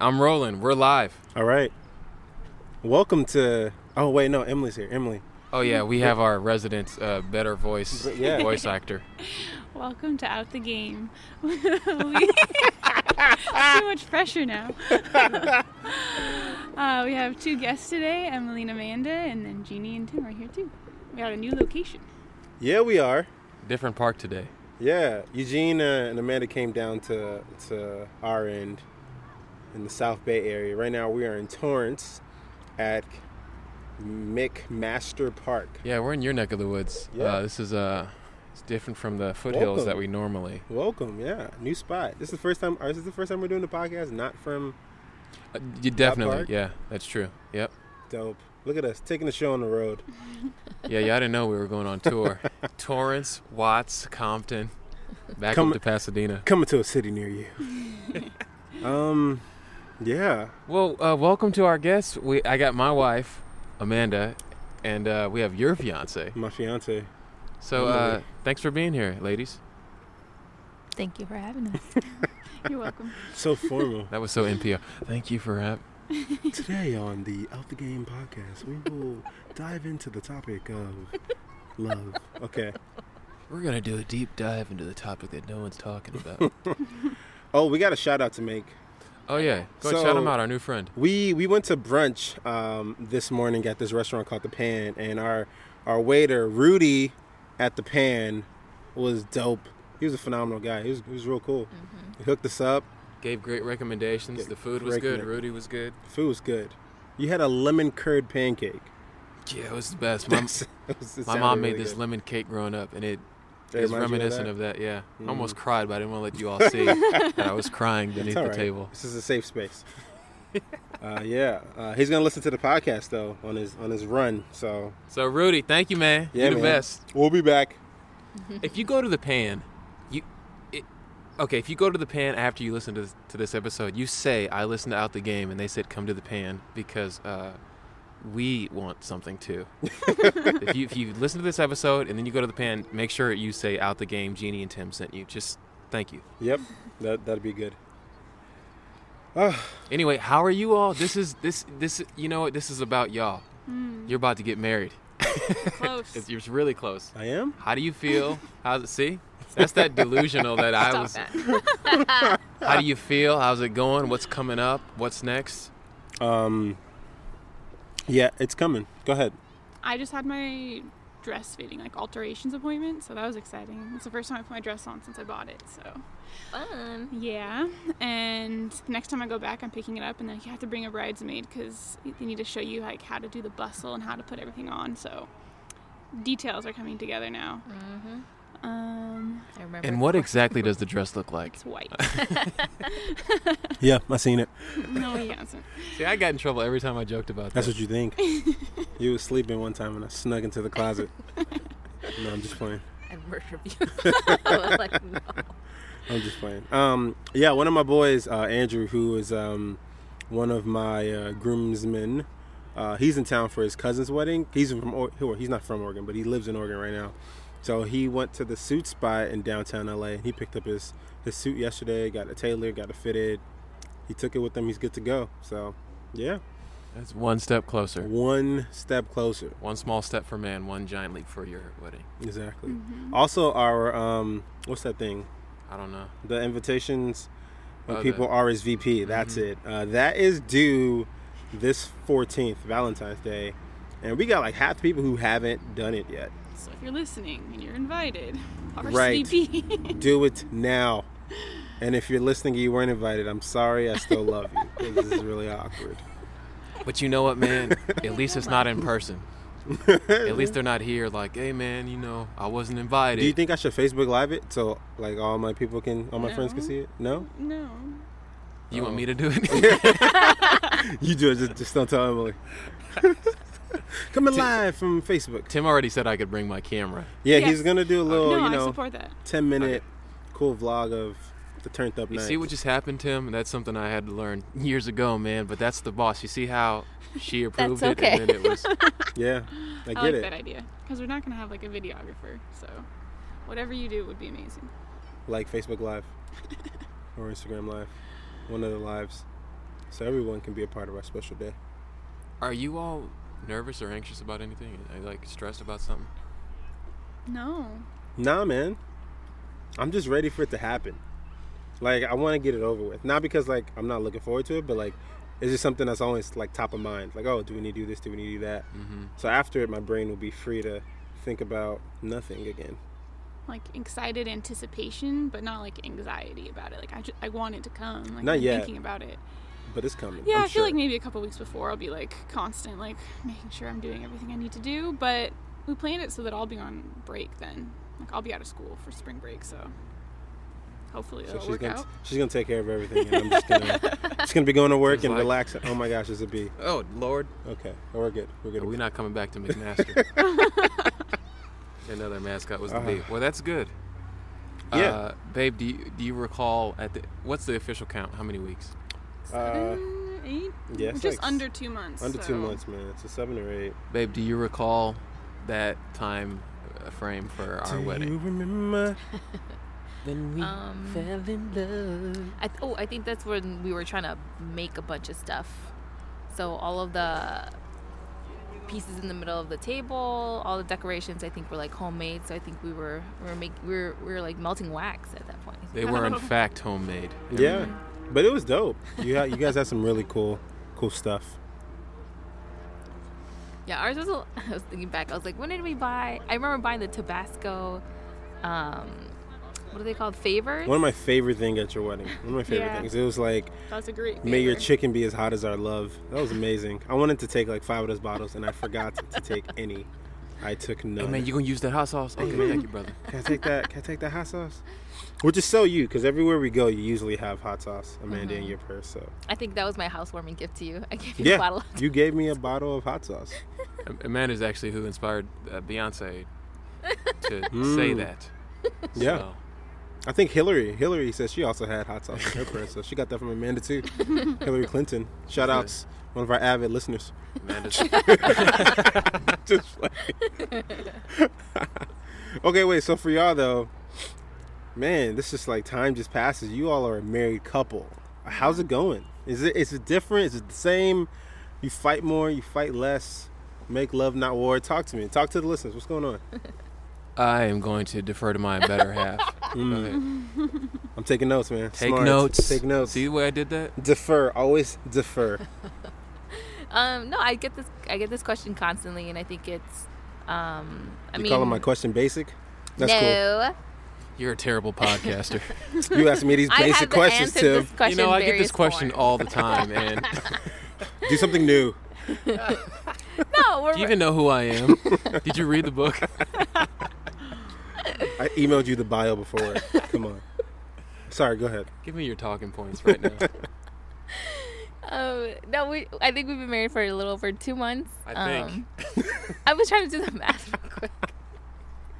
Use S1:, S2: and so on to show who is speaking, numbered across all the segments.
S1: I'm rolling. We're live.
S2: All right. Welcome to. Oh wait, no, Emily's here. Emily.
S1: Oh yeah, we have our resident uh, better voice
S2: Yeah.
S1: voice actor.
S3: Welcome to Out the Game. We- so much pressure now. uh, we have two guests today, Emily and Amanda, and then Jeannie and Tim are here too. We are at a new location.
S2: Yeah, we are.
S1: Different park today.
S2: Yeah, Eugene uh, and Amanda came down to to our end in the South Bay area. Right now, we are in Torrance at McMaster Park.
S1: Yeah, we're in your neck of the woods.
S2: Yeah.
S1: Uh, this is uh, it's different from the foothills
S2: Welcome.
S1: that we normally.
S2: Welcome. Yeah, new spot. This is the first time. Or this is the first time we're doing the podcast. Not from
S1: Uh, you definitely,
S2: park?
S1: yeah, that's true. Yep.
S2: dope. Look at us taking the show on the road.
S1: Yeah, yeah. I didn't know we were going on tour. Torrance, Watts, Compton, back
S2: Come-
S1: up to Pasadena.
S2: Coming to a city near you. um, yeah.
S1: Well, uh, welcome to our guests. We I got my wife, Amanda, and uh, we have your fiance.
S2: My fiance.
S1: So uh, thanks for being here, ladies.
S4: Thank you for having us.
S3: You're welcome.
S2: So formal.
S1: That was so NPR. Thank you for having.
S2: Today on the Out the Game podcast, we will dive into the topic of love. Okay.
S1: We're gonna do a deep dive into the topic that no one's talking about.
S2: Oh, we got a shout out to make.
S1: oh yeah, go ahead,
S2: So-
S1: shout him out, our new friend.
S2: We we went to brunch um, this morning at this restaurant called the Pan, and our our waiter Rudy at the Pan was dope. He was a phenomenal guy. He was he was real cool. He hooked us up.
S1: Gave great recommendations.
S2: Yeah,
S1: The food was
S2: great
S1: good.
S2: recommend-
S1: Rudy was good.
S2: Food was good. You had a lemon curd pancake.
S1: Yeah, it was the best. My,
S2: It was- it
S1: my
S2: sounded
S1: mom made
S2: really
S1: this
S2: good.
S1: lemon cake growing up, and it
S2: It
S1: is
S2: reminds you of
S1: reminiscent
S2: that? Mm.
S1: of that. Yeah, I almost cried, but I didn't want to let you all see that I was crying beneath
S2: It's all
S1: the
S2: right.
S1: table.
S2: This is a safe space. uh, yeah, uh, he's gonna listen to the podcast though on his on his run. So
S1: So Rudy, thank you, man.
S2: yeah,
S1: You're the
S2: man.
S1: best.
S2: We'll be back.
S1: If you go to the pan, you, it, okay. If you go to the pan after you listen to this, to this episode, you say I listened to out the game, and they said come to the pan because uh, we want something too. if you if you listen to this episode and then you go to the pan, make sure you say out the game. Jeannie and Tim sent you. Just thank you.
S2: Yep, that that'd be good.
S1: Anyway, how are you all? This is this this you know what? This is about y'all.
S4: Hmm.
S1: You're about to get married. It's,
S3: Close.
S1: you're really close.
S2: I am.
S1: How do you feel? How's it? See, that's that delusional that I
S4: Stop
S1: was.
S4: that.
S1: How do you feel? How's it going? What's coming up? What's next?
S2: Um, yeah, it's coming. Go ahead.
S3: I just had my dress fitting, like alterations appointment, so that was exciting. It's the first time I put my dress on since I bought it, so
S4: Fun.
S3: yeah. And the next time I go back, I'm picking it up, and then you have to bring a bridesmaid because they need to show you like how to do the bustle and how to put everything on. So details are coming together now.
S4: Mm-hmm.
S3: Um,
S4: I remember.
S1: And what exactly does the dress look like?
S3: it's white.
S2: Yeah, I seen it.
S3: no, he hasn't.
S1: See, I got in trouble every time I joked about
S2: That's what you think. you was sleeping one time and I snuck into the closet. no, I'm just playing.
S4: I'd murder you. I was like, no.
S2: I'm just playing. Um, yeah, one of my boys, uh, Andrew, who is um, one of my uh, groomsmen, uh, he's in town for his cousin's wedding. He's from or- well, he's not from Oregon, but he lives in Oregon right now. So he went to the suit spot in downtown LA, and he picked up his his suit yesterday. Got a tailor, got it fitted. He took it with him. He's good to go. So, yeah,
S1: That's one step closer.
S2: one step closer.
S1: One small step for man, one giant leap for your wedding.
S2: Exactly. Also, our um, what's that thing?
S1: I don't know.
S2: the invitations when
S1: Oh,
S2: people
S1: the-
S2: RSVP. That's it. Uh, that is due this 14th, Valentine's Day. And we got like half the people who haven't done it yet.
S3: So if you're listening and you're invited,
S2: Right.
S3: RSVP.
S2: Do it now. And if you're listening and you weren't invited, I'm sorry. I still love you. 'Cause This is really awkward.
S1: But you know what, man? At least it's not in person. At least they're not here. Like, hey, man, you know, I wasn't invited.
S2: Do you think I should Facebook Live it so like all my people can, all my friends can
S3: No.
S2: see it? No,
S3: no.
S1: You want me to
S2: Oh.
S1: do it?
S2: you do it. Just, just don't tell Emily. Coming live from Facebook.
S1: Tim already said I could bring my camera.
S2: Yeah,
S3: Yes.
S2: he's gonna do a little,
S3: no,
S2: Oh, you
S3: I
S2: know,
S3: support that.
S2: 10 minute cool vlog of the turned up
S1: You
S2: night.
S1: see what just happened, Tim? That's something I had to learn years ago, man. But that's the boss. You see how she approved it,
S4: okay.
S1: and then it was
S2: yeah, I get
S3: I, like
S2: it.
S3: that idea because we're not gonna have like a videographer. So whatever you do would be amazing.
S2: Like Facebook Live or Instagram Live, one of the lives. so everyone can be a part of our special day.
S1: Are you all nervous or anxious about anything? Are you like stressed about something?
S3: No.
S2: Nah, man. I'm just ready for it to happen. Like I want to get it over with. Not because like I'm not looking forward to it, but like it's just something that's always like top of mind. Like, oh, do we need to do this? Do we need to do that?
S1: Mm-hmm.
S2: So after it, my brain will be free to think about nothing again.
S3: Like excited anticipation, but not like anxiety about it. Like I, ju- I want it to come. Like
S2: Not
S3: I'm
S2: yet.
S3: thinking about it.
S2: But it's coming.
S3: Yeah,
S2: I'm
S3: i feel
S2: sure.
S3: like maybe a couple weeks before I'll be like constant, like making sure I'm doing everything I need to do. But we planned it so that I'll be on break then. Like I'll be out of school for spring break, so hopefully
S2: So
S3: it'll
S2: she's
S3: work
S2: gonna
S3: out.
S2: she's gonna take care of everything, and I'm just gonna just gonna be going to work
S1: Just
S2: and
S1: like-
S2: relax. Oh my gosh, it's a B.
S1: Oh Lord,
S2: Okay, oh, we're good. We're good.
S1: are we not coming back to McMaster? Another mascot was the
S2: Uh-huh.
S1: bee. Well, that's good.
S2: Yeah.
S1: uh, babe. Do you, do you recall at the what's the official count? How many weeks?
S2: Uh,
S3: Seven, eight?
S2: yeah,
S3: We're
S2: it's
S3: just
S2: like
S3: under two months.
S2: under
S3: so-
S2: two months, man. It's a seven or eight.
S1: Babe, do you recall that time uh, frame for our
S2: do
S1: wedding?
S2: you remember?
S1: Then we
S4: Um,
S1: fell in love.
S4: I th- oh, I think that's when we were trying to make a bunch of stuff. So all of the pieces in the middle of the table, all the decorations, I think were like homemade. So I think we were we were make, we were, we were like melting wax at that point.
S1: They were in fact homemade.
S2: Yeah, but it was dope. You had, you guys had some really cool cool stuff.
S4: Yeah, ours was. A, I was thinking back. I was like, when did we buy? I remember buying the Tabasco. Um, what are they called? Favors.
S2: One of my favorite thing at your wedding. One of my favorite
S3: Yeah.
S2: things. It was like
S3: That's a great.
S2: May your
S3: favor.
S2: chicken be as hot as our love. That was amazing. I wanted to take like five of those bottles, and I forgot to take any. I took
S1: Hey
S2: none.
S1: man, you gonna use that hot sauce? Okay,
S2: man.
S1: thank you, brother.
S2: can I take that? Can I take that hot sauce? Which is so you, because everywhere we go, you usually have hot sauce, Amanda, in your purse. So
S4: I think that was my housewarming gift to you. I gave you a bottle.
S2: yeah,
S4: Of,
S2: you gave me a bottle of hot sauce.
S1: Am- Amanda's actually who inspired uh, Beyonce to
S2: Mm.
S1: say that.
S2: Yeah,
S1: So,
S2: I think Hillary. Hillary says she also had hot sauce in her purse, so she got that from Amanda too. Hillary Clinton. Shout outs, one of our avid listeners.
S1: Amanda's.
S2: Just like okay, wait. So for y'all though, man, this just like time just passes. You all are a married couple. How's it going? Is it is it different? Is it the same? You fight more. You fight less. Make love, not war. Talk to me. Talk to the listeners. What's going on?
S1: I am going to defer to my better half. Okay.
S2: I'm taking notes, man.
S1: Take
S2: Smart.
S1: notes.
S2: Take notes.
S1: See the way I did that?
S2: Defer. Always defer.
S4: um, no, I get this. I get this question constantly, and I think it's. Um, I
S2: you
S4: mean,
S2: calling my question basic? That's
S4: no,
S1: You're a terrible podcaster.
S2: cool. You asking me these
S4: I
S2: basic
S4: have
S2: questions,
S4: answered
S2: Tim.
S4: this question.
S1: you know, I get
S4: various
S1: this question
S4: forms.
S1: all the time, and
S2: Do something new.
S4: No, we're
S1: do you even know who I am? Did you read the book?
S2: I emailed you the bio before. Come on. Sorry, go ahead.
S1: Give me your talking points right now.
S4: Um, no, we. I think we've been married for a little over two months.
S1: I think.
S4: Um, I was trying to do the math real quick.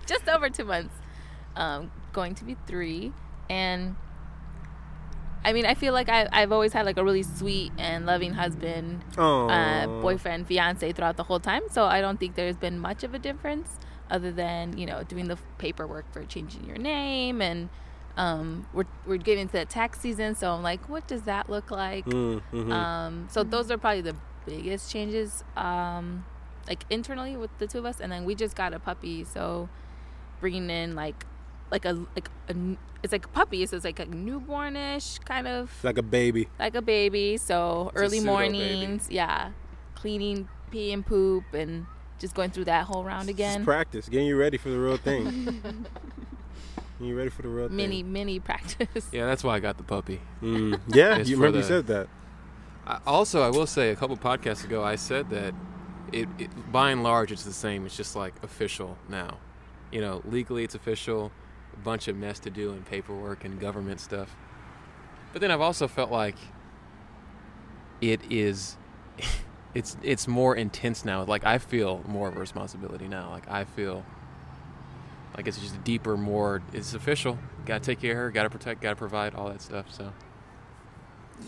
S4: Just over two months, um, going to be three, and I mean, I feel like I, I've always had like a really sweet and loving husband,
S2: Oh,
S4: uh, boyfriend, fiance throughout the whole time. So I don't think there's been much of a difference, other than you know doing the paperwork for changing your name, and um, we're we're getting to that tax season. So I'm like, what does that look like?
S2: Mm, mhm.
S4: Um, so those are probably the biggest changes, um, like internally with the two of us, and then we just got a puppy, so bringing in like, like a like a n- it's like a puppy, so it's like a newbornish kind of
S2: like a baby.
S4: like a baby. So
S1: It's a
S4: early
S1: pseudo baby.
S4: mornings, yeah, cleaning pee and poop, and just going through that whole round
S2: Just
S4: again.
S2: practice, getting you ready for the real thing. you ready for the real
S4: Mini
S2: thing?
S4: mini practice.
S1: Yeah, that's why I got the puppy.
S2: Mm, yeah,
S1: It's
S2: you
S1: for
S2: remember you
S1: the-
S2: said that.
S1: I, also, I will say a couple podcasts ago, I said that it, it by and large it's the same. It's just like official now. You know, legally it's official. A bunch of mess to do and paperwork and government stuff. But then I've also felt like it is. It's it's more intense now. Like I feel more of a responsibility now. Like I feel like it's just deeper, more. It's official. Got to take care of her. Got to protect. Got to provide all that stuff. So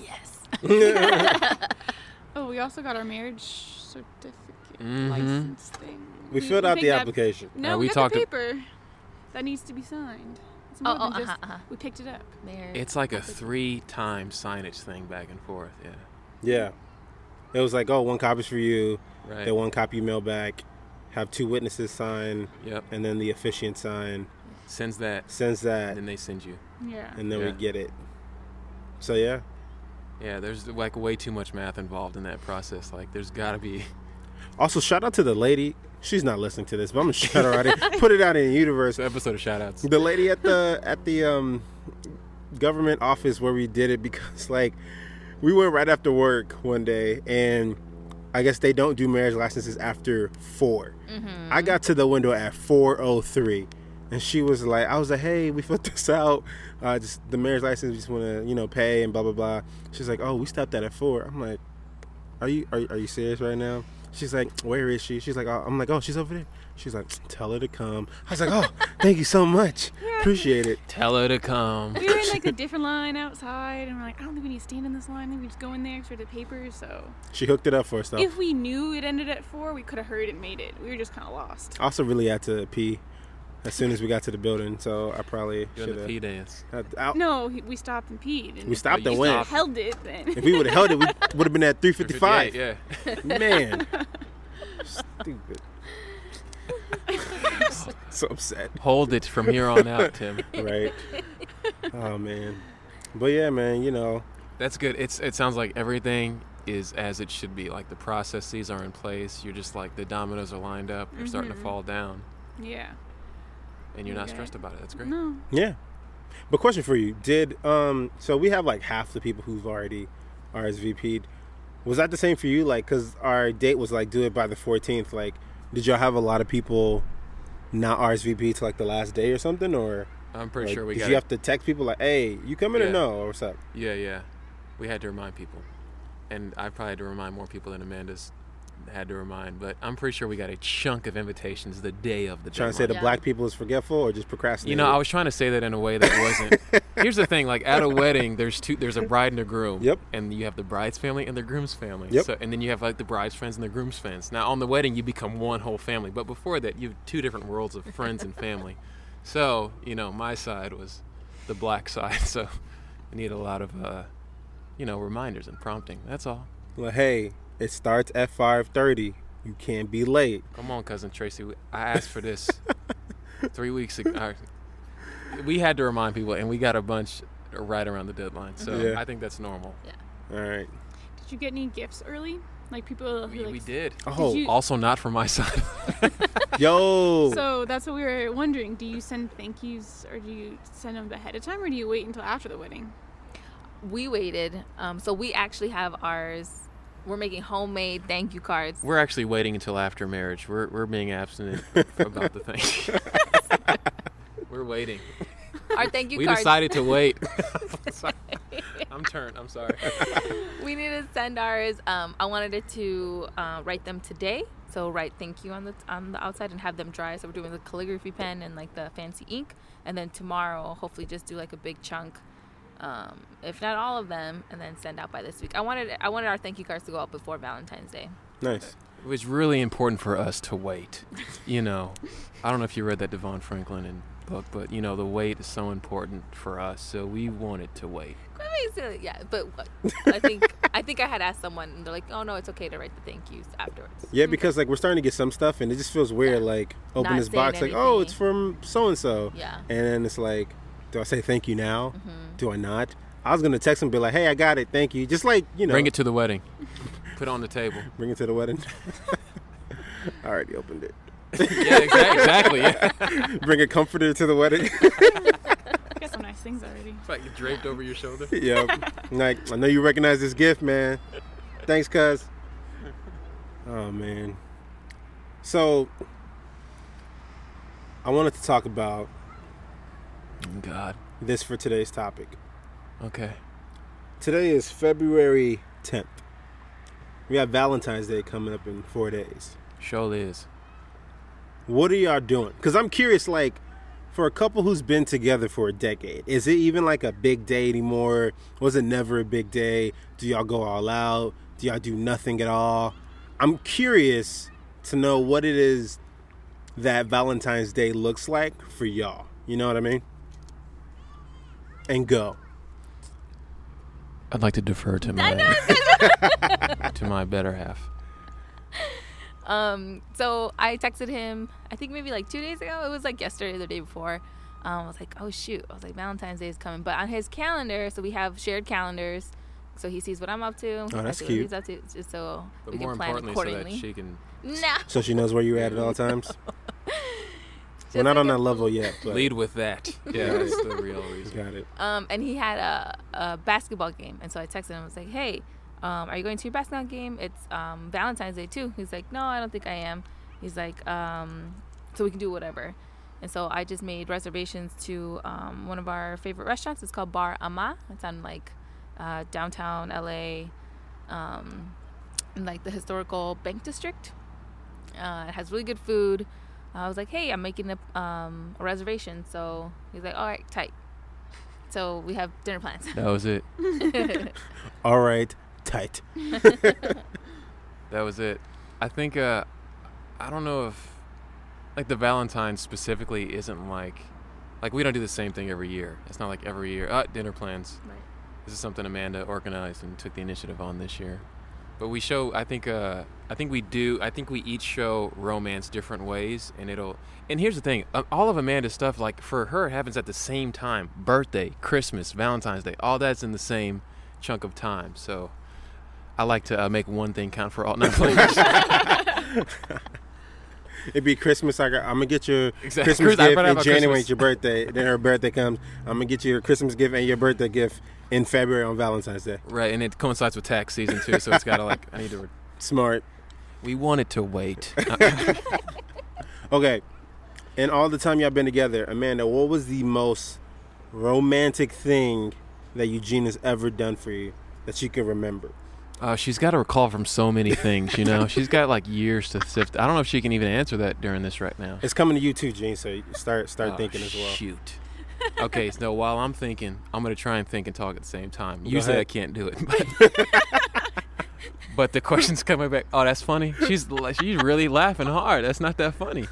S4: Yes.
S3: Oh, we also got our marriage certificate
S1: Mhm.
S3: license thing.
S2: We filled out
S3: picked
S2: the
S3: up-
S2: application.
S1: Uh,
S3: No,
S1: we
S3: we, got
S1: talked
S3: the
S1: to-
S3: paper that needs to be signed. It's more
S4: Oh, oh,
S3: than just
S4: uh-huh, uh-huh.
S3: we picked it up.
S4: There.
S1: It's like a
S4: That's
S1: three time signage thing back and forth, yeah.
S2: Yeah. It was like, oh, one copy's for you.
S1: Right.
S2: That one copy you mail back. Have two witnesses sign,
S1: Yep.
S2: and then the officiant sign
S1: Sends that,
S2: sends that,
S1: and then they send you.
S3: Yeah.
S2: and then
S1: Yeah.
S2: we get it. So yeah,
S1: Yeah, there's like way too much math involved in that process. Like, there's got to be.
S2: Also, shout out to the lady. She's not listening to this, but I'm gonna shout her out. here. Put it out in the universe.
S1: It's an episode of shoutouts.
S2: The lady at the at the um, government office where we did it because like we went right after work one day, and I guess they don't do marriage licenses after 4 I got to the window at four oh three. And she was like, I was like, hey, we filled this out. Uh, just the marriage license, we just want to, you know, pay and blah blah blah. She's like, oh, we stopped that at four. I'm like, are you are, are you serious right now? She's like, where is she? She's like, oh. I'm like, oh, she's over there. She's like, tell her to come. I was like, oh, thank you so much, appreciate it.
S1: Tell her to come.
S3: we were in like a different line outside, and we're like, I don't think we need to stand in this line. I think we just go in there for the papers. So
S2: She hooked it up for us though.
S3: if we knew it ended at four, we could have heard and made it. We were just kind of lost.
S2: I also really had to pee as soon as we got to the building, so I probably
S1: Doing
S2: should
S1: the
S2: have.
S1: pee dance.
S3: No, he- we stopped and peed. And
S2: We stopped
S1: Oh,
S2: and
S1: you
S2: went.
S1: stopped.
S3: Held it then.
S2: If we would have held it, we would have been at 355.
S1: Yeah.
S2: Man. Stupid. so upset.
S1: Hold it from here on out, Tim.
S2: Right. Oh man. But yeah, man, you know.
S1: That's good. It's it sounds like everything is as it should be. Like the processes are in place. You're just like the dominoes are lined up. You're starting to fall down,
S3: yeah.
S1: and you're not
S3: Mm-hmm. Okay.
S1: stressed about it. That's great.
S3: No.
S2: Yeah. But question for you. Did um so we have like half the people who've already RSVP'd. Was that the same for you? Like, cause our date was like do it by the 14th. Like, did y'all have a lot of people not RSVP to like the last day or something? Or
S1: I'm pretty
S2: like,
S1: sure we
S2: did
S1: got.
S2: you
S1: it.
S2: have to text people like, hey, you coming or
S1: Yeah.
S2: no? Or what's up?
S1: yeah, yeah. We had to remind people, and I probably had to remind more people than Amanda's had to remind. But I'm pretty sure we got a chunk of invitations the day of the.
S2: Trying to say
S1: deadline.
S2: that
S4: Yeah.
S2: black people is forgetful or just procrastinating?
S1: You know, I was trying to say that in a way that wasn't. Here's the thing: like at a wedding, there's two. There's a bride and a groom.
S2: Yep.
S1: And you have the bride's family and the groom's family.
S2: Yep.
S1: So, and then you have like the bride's friends and the groom's friends. Now on the wedding, you become one whole family. But before that, you have two different worlds of friends and family. So you know, my side was the black side. So I need a lot of, uh, you know, reminders and prompting. That's all.
S2: Like, hey, it starts at 5:30. You can't be late.
S1: Come on, cousin Tracy. We- I asked for this three weeks ago. or- We had to remind people, and we got a bunch right around the deadline. So
S2: Yeah.
S1: I think that's normal.
S2: All right.
S3: Did you get any gifts early? Like people who
S1: We,
S3: like.
S1: we did.
S2: Oh,
S3: you-
S1: Also, not from my side.
S2: yo.
S3: So that's what we were wondering. Do you send thank yous, or do you send them ahead of time, or do you wait until after the wedding?
S4: We waited. Um, so we actually have ours. We're making homemade thank you cards.
S1: We're actually waiting until after marriage. We're, we're being abstinent about the thing. we're waiting.
S4: Our thank you
S1: we
S4: cards.
S1: decided to wait. I'm turned. I'm sorry.
S4: we need to send ours. Um, I wanted it to uh, write them today. So write thank you on the on the outside and have them dry. So we're doing the calligraphy pen and like the fancy ink, and then tomorrow hopefully just do like a big chunk, um, if not all of them, and then send out by this week. I wanted I wanted our thank you cards to go out before Valentine's Day.
S2: nice.
S1: It was really important for us to wait. You know, I don't know if you read that Devon Franklin and book, but you know, the wait is so important for us, so we wanted to wait.
S4: Crazy, yeah. But what- I think I think I had asked someone, and they're like, oh no, it's okay to write the thank yous afterwards.
S2: Yeah, because like we're starting to get some stuff, and it just feels weird. Like open
S4: Not
S2: this box,
S4: saying
S2: like oh,
S4: anything.
S2: it's from so and so.
S4: Yeah. Mm-hmm.
S2: And then it's like, do I say thank you now? Do I not? I was gonna text him, be like, hey, I got it, thank you. Just like you know,
S1: Bring it to the wedding. Put it on the table.
S2: bring it to the wedding. I already opened it.
S1: Yeah, exactly. exactly yeah.
S2: Bring a comforter to the wedding.
S3: I got some nice things already.
S1: It's like draped over your shoulder.
S2: yep. Like I know you recognize this gift, man. Thanks, cuz. Oh man. So I wanted to talk about
S1: God.
S2: this for today's topic.
S1: Okay.
S2: Today is February 10th. We have Valentine's Day coming up in four days.
S1: Show is.
S2: What are y'all doing? Because I'm curious, like, for a couple who's been together for a decade, is it even like a big day anymore? Was it never a big day? Do y'all go all out? Do y'all do nothing at all? I'm curious to know what it is that Valentine's Day looks like for y'all. You know what I mean? And go.
S1: I'd like to defer to my. to my better half.
S4: Um, so I texted him, I think maybe like two days ago. It was like yesterday or the day before. Um, I was like, oh shoot. I was like, Valentine's Day is coming. But on his calendar, so we have shared calendars. So he sees what I'm up to. I
S2: Oh, that's
S4: see
S2: cute.
S4: What he's up to, just so
S1: But
S4: we
S1: more
S4: can plan
S1: importantly, so that
S4: accordingly.
S1: she can
S4: nah.
S2: So she knows where you're at at all times. We're
S4: Just
S2: not
S4: like
S2: on
S4: a-
S2: that level yet. But
S1: lead with that. Yeah, that's the real reason.
S2: Got it.
S4: Um, and he had a, a basketball game, and so I texted him. I was like, "Hey, um, are you going to your basketball game? It's um, Valentine's Day too." He's like, "No, I don't think I am." He's like, um, "So we can do whatever." And so I just made reservations to um, one of our favorite restaurants. It's called Bar Ama. It's on like uh, downtown LA, um, in like the historical Bank District. Uh, it has really good food. I was like, "Hey, I'm making a, um, a reservation." So he's like, "All right, tight." So we have dinner plans.
S1: That was it.
S2: All right, tight.
S1: That was it. I think uh I don't know if like the Valentine's specifically isn't like like we don't do the same thing every year. It's not like every year. Uh, dinner plans. This is something Amanda organized and took the initiative on this year. But we show I think uh I think we do I think we each show romance different ways and it'll and here's the thing uh, all of Amanda's stuff like for her it happens at the same time birthday Christmas Valentine's Day all that's in the same chunk of time so I like to uh, make one thing count for all not playing.
S2: It'd be Christmas. I got, I'm gonna get your
S1: Exactly.
S2: Christmas
S1: Chris- I
S2: gift
S1: forgot
S2: in
S1: about
S2: January.
S1: Christmas.
S2: It's your birthday. Then her birthday comes. I'm gonna get you your Christmas gift and your birthday gift in February on Valentine's Day.
S1: Right, and it coincides with tax season too, so it's got to like I need to. Re-
S2: Smart.
S1: we wanted to wait. Uh,
S2: Okay. And all the time y'all been together, Amanda, what was the most romantic thing that Eugene has ever done for you that you can remember?
S1: Uh, she's got to recall from so many things, you know. She's got like years to sift. I don't know if she can even answer that during this right now.
S2: It's coming to you too, Gene. So you start start
S1: Oh,
S2: thinking as well.
S1: Shoot. Okay, so while I'm thinking, I'm gonna try and think and talk at the same time. Usually
S2: ahead.
S1: I can't do it, but, but the question's coming back. Oh, that's funny. She's la- she's really laughing hard. That's not that funny.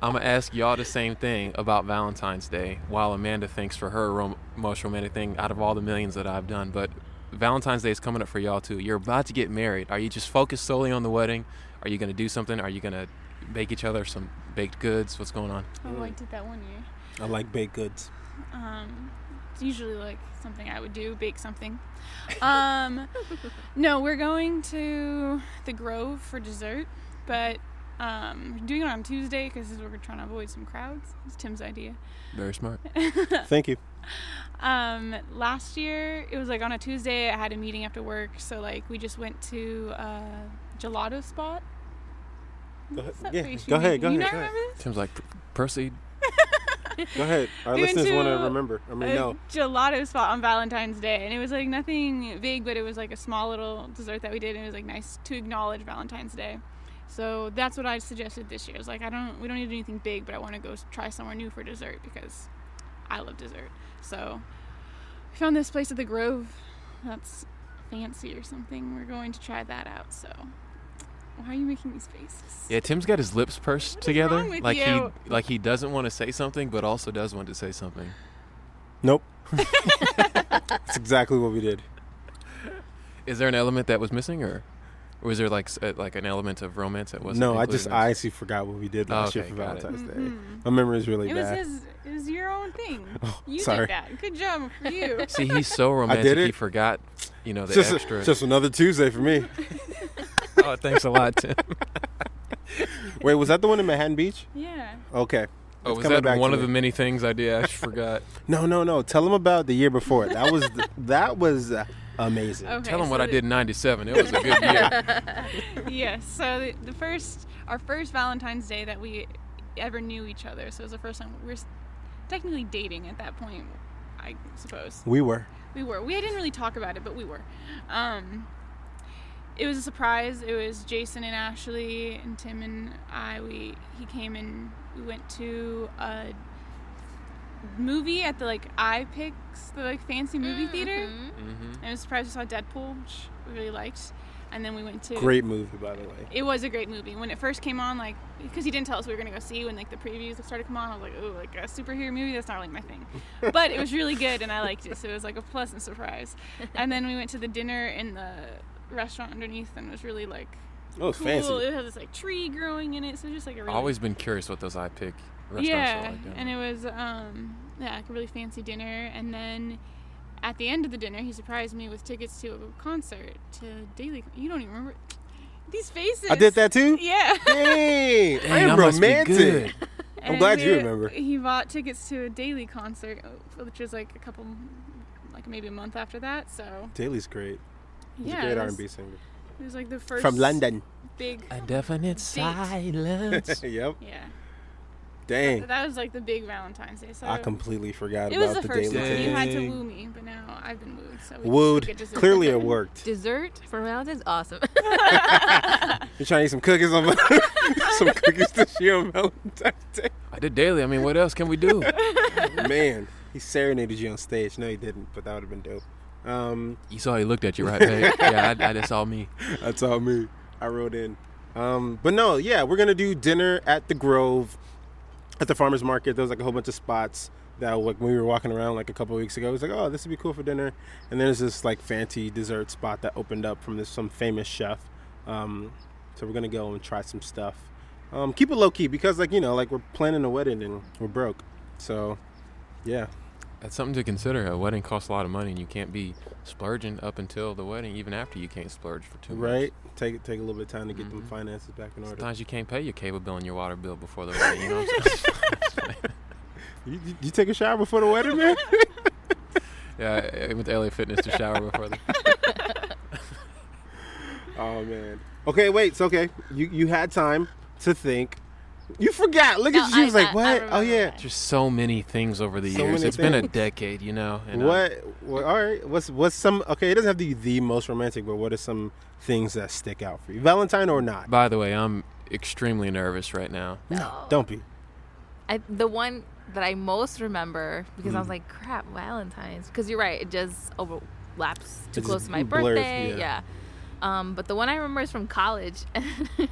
S1: I'm gonna ask y'all the same thing about Valentine's Day. While Amanda thinks for her rom- most romantic thing out of all the millions that I've done, but Valentine's Day is coming up for y'all too. You're about to get married. Are you just focused solely on the wedding? Are you gonna do something? Are you gonna bake each other some baked goods? What's going on?
S3: Oh, I did that one year.
S2: I like baked goods.
S3: Um, it's usually like something I would do, bake something. Um, no, we're going to the Grove for dessert, but um, we're doing it on Tuesday because we're trying to avoid some crowds. It's Tim's idea.
S1: Very smart.
S2: Thank you.
S3: Um, last year it was like on a Tuesday. I had a meeting after work, so like we just went to uh, gelato spot.
S2: Go ahead.
S3: What's that
S2: Yeah,
S3: face
S2: go
S3: you
S2: ahead,
S3: make?
S2: go ahead,
S3: you not
S2: go ahead.
S3: remember this?
S1: Tim's like, "P- proceed.
S2: Go ahead. Our
S3: We went
S2: listeners want
S3: to
S2: to remember. I mean,
S3: a
S2: no.
S3: gelato spot on Valentine's Day, and it was like nothing big, but it was like a small little dessert that we did, and it was like nice to acknowledge Valentine's Day. So that's what I suggested this year. It's like I don't, we don't need to do anything big, but I want to go s- try somewhere new for dessert because I love dessert. So we found this place at the Grove that's fancy or something. We're going to try that out. So why are you making these faces?
S1: Yeah, Tim's got his lips pursed together.
S3: wrong with
S1: like
S3: you?
S1: he like he doesn't want to say something, but also does want to say something.
S2: Nope. That's exactly what we did.
S1: Is there an element that was missing, or, or was there like s- uh, like an element of romance that wasn't?
S2: no, I
S1: included
S2: just
S1: in
S2: I
S1: this?
S2: actually forgot what we did
S1: Oh,
S2: last
S1: okay,
S2: year for
S1: got it.
S2: Valentine's Day.
S3: Mhm.
S2: My memory is really
S3: It was
S2: bad.
S3: his. It was your own thing.
S2: Oh,
S3: you
S2: sorry.
S3: did that. Good job for you.
S1: see he's so romantic.
S2: did
S1: He
S2: it.
S1: forgot, you know, the
S2: It's just,
S1: extra.
S2: just another Tuesday for me.
S1: oh, thanks a lot, Tim.
S2: Wait, was that the one in Manhattan Beach?
S3: yeah.
S2: Okay.
S1: oh,
S2: It's
S1: was
S2: coming
S1: that
S2: back
S1: one
S2: to
S1: of
S2: me.
S1: the many things I did? I just forgot.
S2: No, no, no. Tell them about the year before. That was that was uh, amazing.
S3: Okay,
S1: Tell him
S3: so
S1: what I
S3: the-
S1: did in '97. It was a good year.
S3: yes. So the, the first, our first Valentine's Day that we ever knew each other. So it was the first time we were s- technically dating at that point, I suppose.
S2: We were.
S3: We were. We didn't really talk about it, but we were. Um, it was a surprise. It was Jason and Ashley and Tim and I. We he came and we went to a movie at the like I picks the like fancy movie theater.
S4: Mhm.
S1: hmm
S3: And I was surprised we saw Deadpool, which we really liked. and then we went to
S2: Great movie, by the way.
S3: It was a great movie when it first came on, like because he didn't tell us we were gonna go see when like the previews started coming on. I was like, oh, like a superhero movie, that's not like my thing, but it was really good and I liked it, so it was like a pleasant surprise. And then we went to the dinner in the restaurant underneath and it was really like
S2: Oh, it's
S3: cool.
S2: fancy.
S3: It had this like tree growing in it, so it was just like a really
S1: Always been curious what those I pick restaurants
S3: yeah,
S1: are like.
S3: and it was um, yeah, like a really fancy dinner, and then at the end of the dinner, he surprised me with tickets to a concert to Daily. You don't even remember these faces.
S2: I did that too.
S3: Yeah.
S2: Dang, I
S1: Dang, I
S2: am
S1: must be
S2: romantic.
S1: good.
S2: I'm
S3: And
S2: glad you
S3: we-
S2: remember.
S3: He bought tickets to a Daily concert, which was like a couple, like maybe a month after that. So
S2: Daly's great. He's
S3: yeah,
S2: a great
S3: it
S2: R
S3: was-
S2: and B singer
S3: It was like the first
S2: from London.
S3: Big.
S1: a definite silence.
S2: yep.
S3: Yeah.
S2: Dang,
S3: That was like the big Valentine's Day. So
S2: I completely forgot
S3: It was
S2: about
S3: the
S2: the,
S3: first
S2: Daily
S3: time you had to
S2: thing.
S3: woo me, but now I've been wooed. So we
S2: Wooed.
S3: get dessert.
S2: Clearly, it worked.
S4: Dessert for Valentine's, awesome.
S2: You trying to eat some cookies on some cookies this year on Valentine's Day?
S1: I did daily. I mean, what else can we do?
S2: Man, he serenaded you on stage. No, he didn't, but that would have been dope. Um,
S1: You saw he looked at you, right? babe? yeah, I, I just saw me.
S2: That's all me. I wrote in. Um, but no, yeah, we're gonna do dinner at the Grove, at the farmers market. There's like a whole bunch of spots that like when we were walking around like a couple weeks ago, it was like, oh, this would be cool for dinner. And then there's this like fancy dessert spot that opened up from this some famous chef. Um, so we're gonna go and try some stuff. Um, keep it low key because like you know like we're planning a wedding and we're broke. So yeah,
S1: That's something to consider. A wedding costs a lot of money, and you can't be splurging up until the wedding. Even after, you can't splurge for too much.
S2: right. Take take a little bit of time to get them finances back in order.
S1: Sometimes you can't pay your cable bill and your water bill before the wedding. You know what I'm saying?
S2: You, you, you take a shower before the wedding, man.
S1: yeah, I went to LA Fitness to shower before the.
S2: Oh man. Okay, wait. It's okay. You you had time to think. You forgot. Look
S4: No,
S2: at you. She
S4: I-
S2: was like,
S4: I- I
S2: "What? oh
S4: remember
S2: yeah.
S4: that.
S1: Just so many things over the
S2: So
S1: years.
S2: many
S1: It's been a
S2: things.
S1: decade, you know. and, uh,
S2: What? Well, all right. What's what's some? Okay, it doesn't have to be the most romantic, but what are some things that stick out for you, Valentine or not?
S1: by the way, I'm extremely nervous right now.
S4: No.
S2: Don't be.
S4: I, the one that I most remember because
S2: Hmm.
S4: I was like, crap, Valentine's. Because you're right, it just overlaps too
S2: It
S4: close
S2: just
S4: to my
S2: blurs,
S4: birthday.
S2: yeah.
S4: yeah. Um, but the one I remember is from college.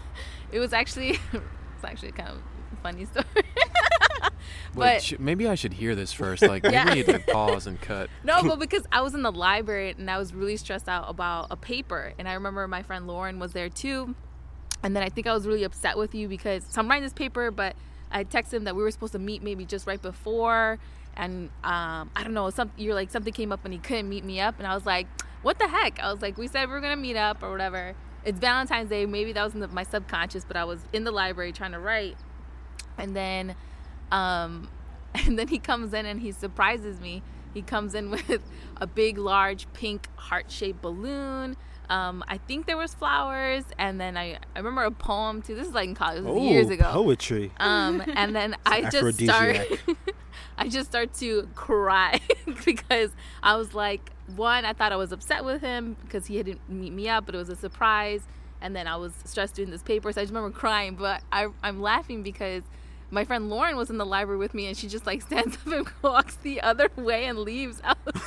S4: it was actually, it's actually kind of a funny story.
S1: Wait,
S4: But-
S1: sh- maybe I should hear this first. Like,
S4: Yeah.
S1: maybe we need to pause and cut.
S4: No, but because I was in the library and I was really stressed out about a paper. And I remember my friend Lauren was there too. And then I think I was really upset with you because so I'm writing this paper, but I texted him that we were supposed to meet maybe just right before. And um, I don't know, some, you're like, something came up and he couldn't meet me up. And I was like, what the heck? I was like, we said we were going to meet up or whatever. It's Valentine's Day. Maybe that was in the, my subconscious, but I was in the library trying to write. And then um, and then he comes in and he surprises me. He comes in with a big, large pink heart-shaped balloon. Um, I think there was flowers, and then I, I remember a poem too. This is like in college, this is years
S2: Oh,
S4: ago.
S2: poetry.
S4: Um, and then I just start,
S2: aphrodisiac.
S4: I just start to cry because I was like, one, I thought I was upset with him because he didn't meet me up, but it was a surprise. And then I was stressed doing this paper, so I just remember crying. But I, I'm laughing because my friend Lauren was in the library with me, and she just like stands up and walks the other way and leaves. I was-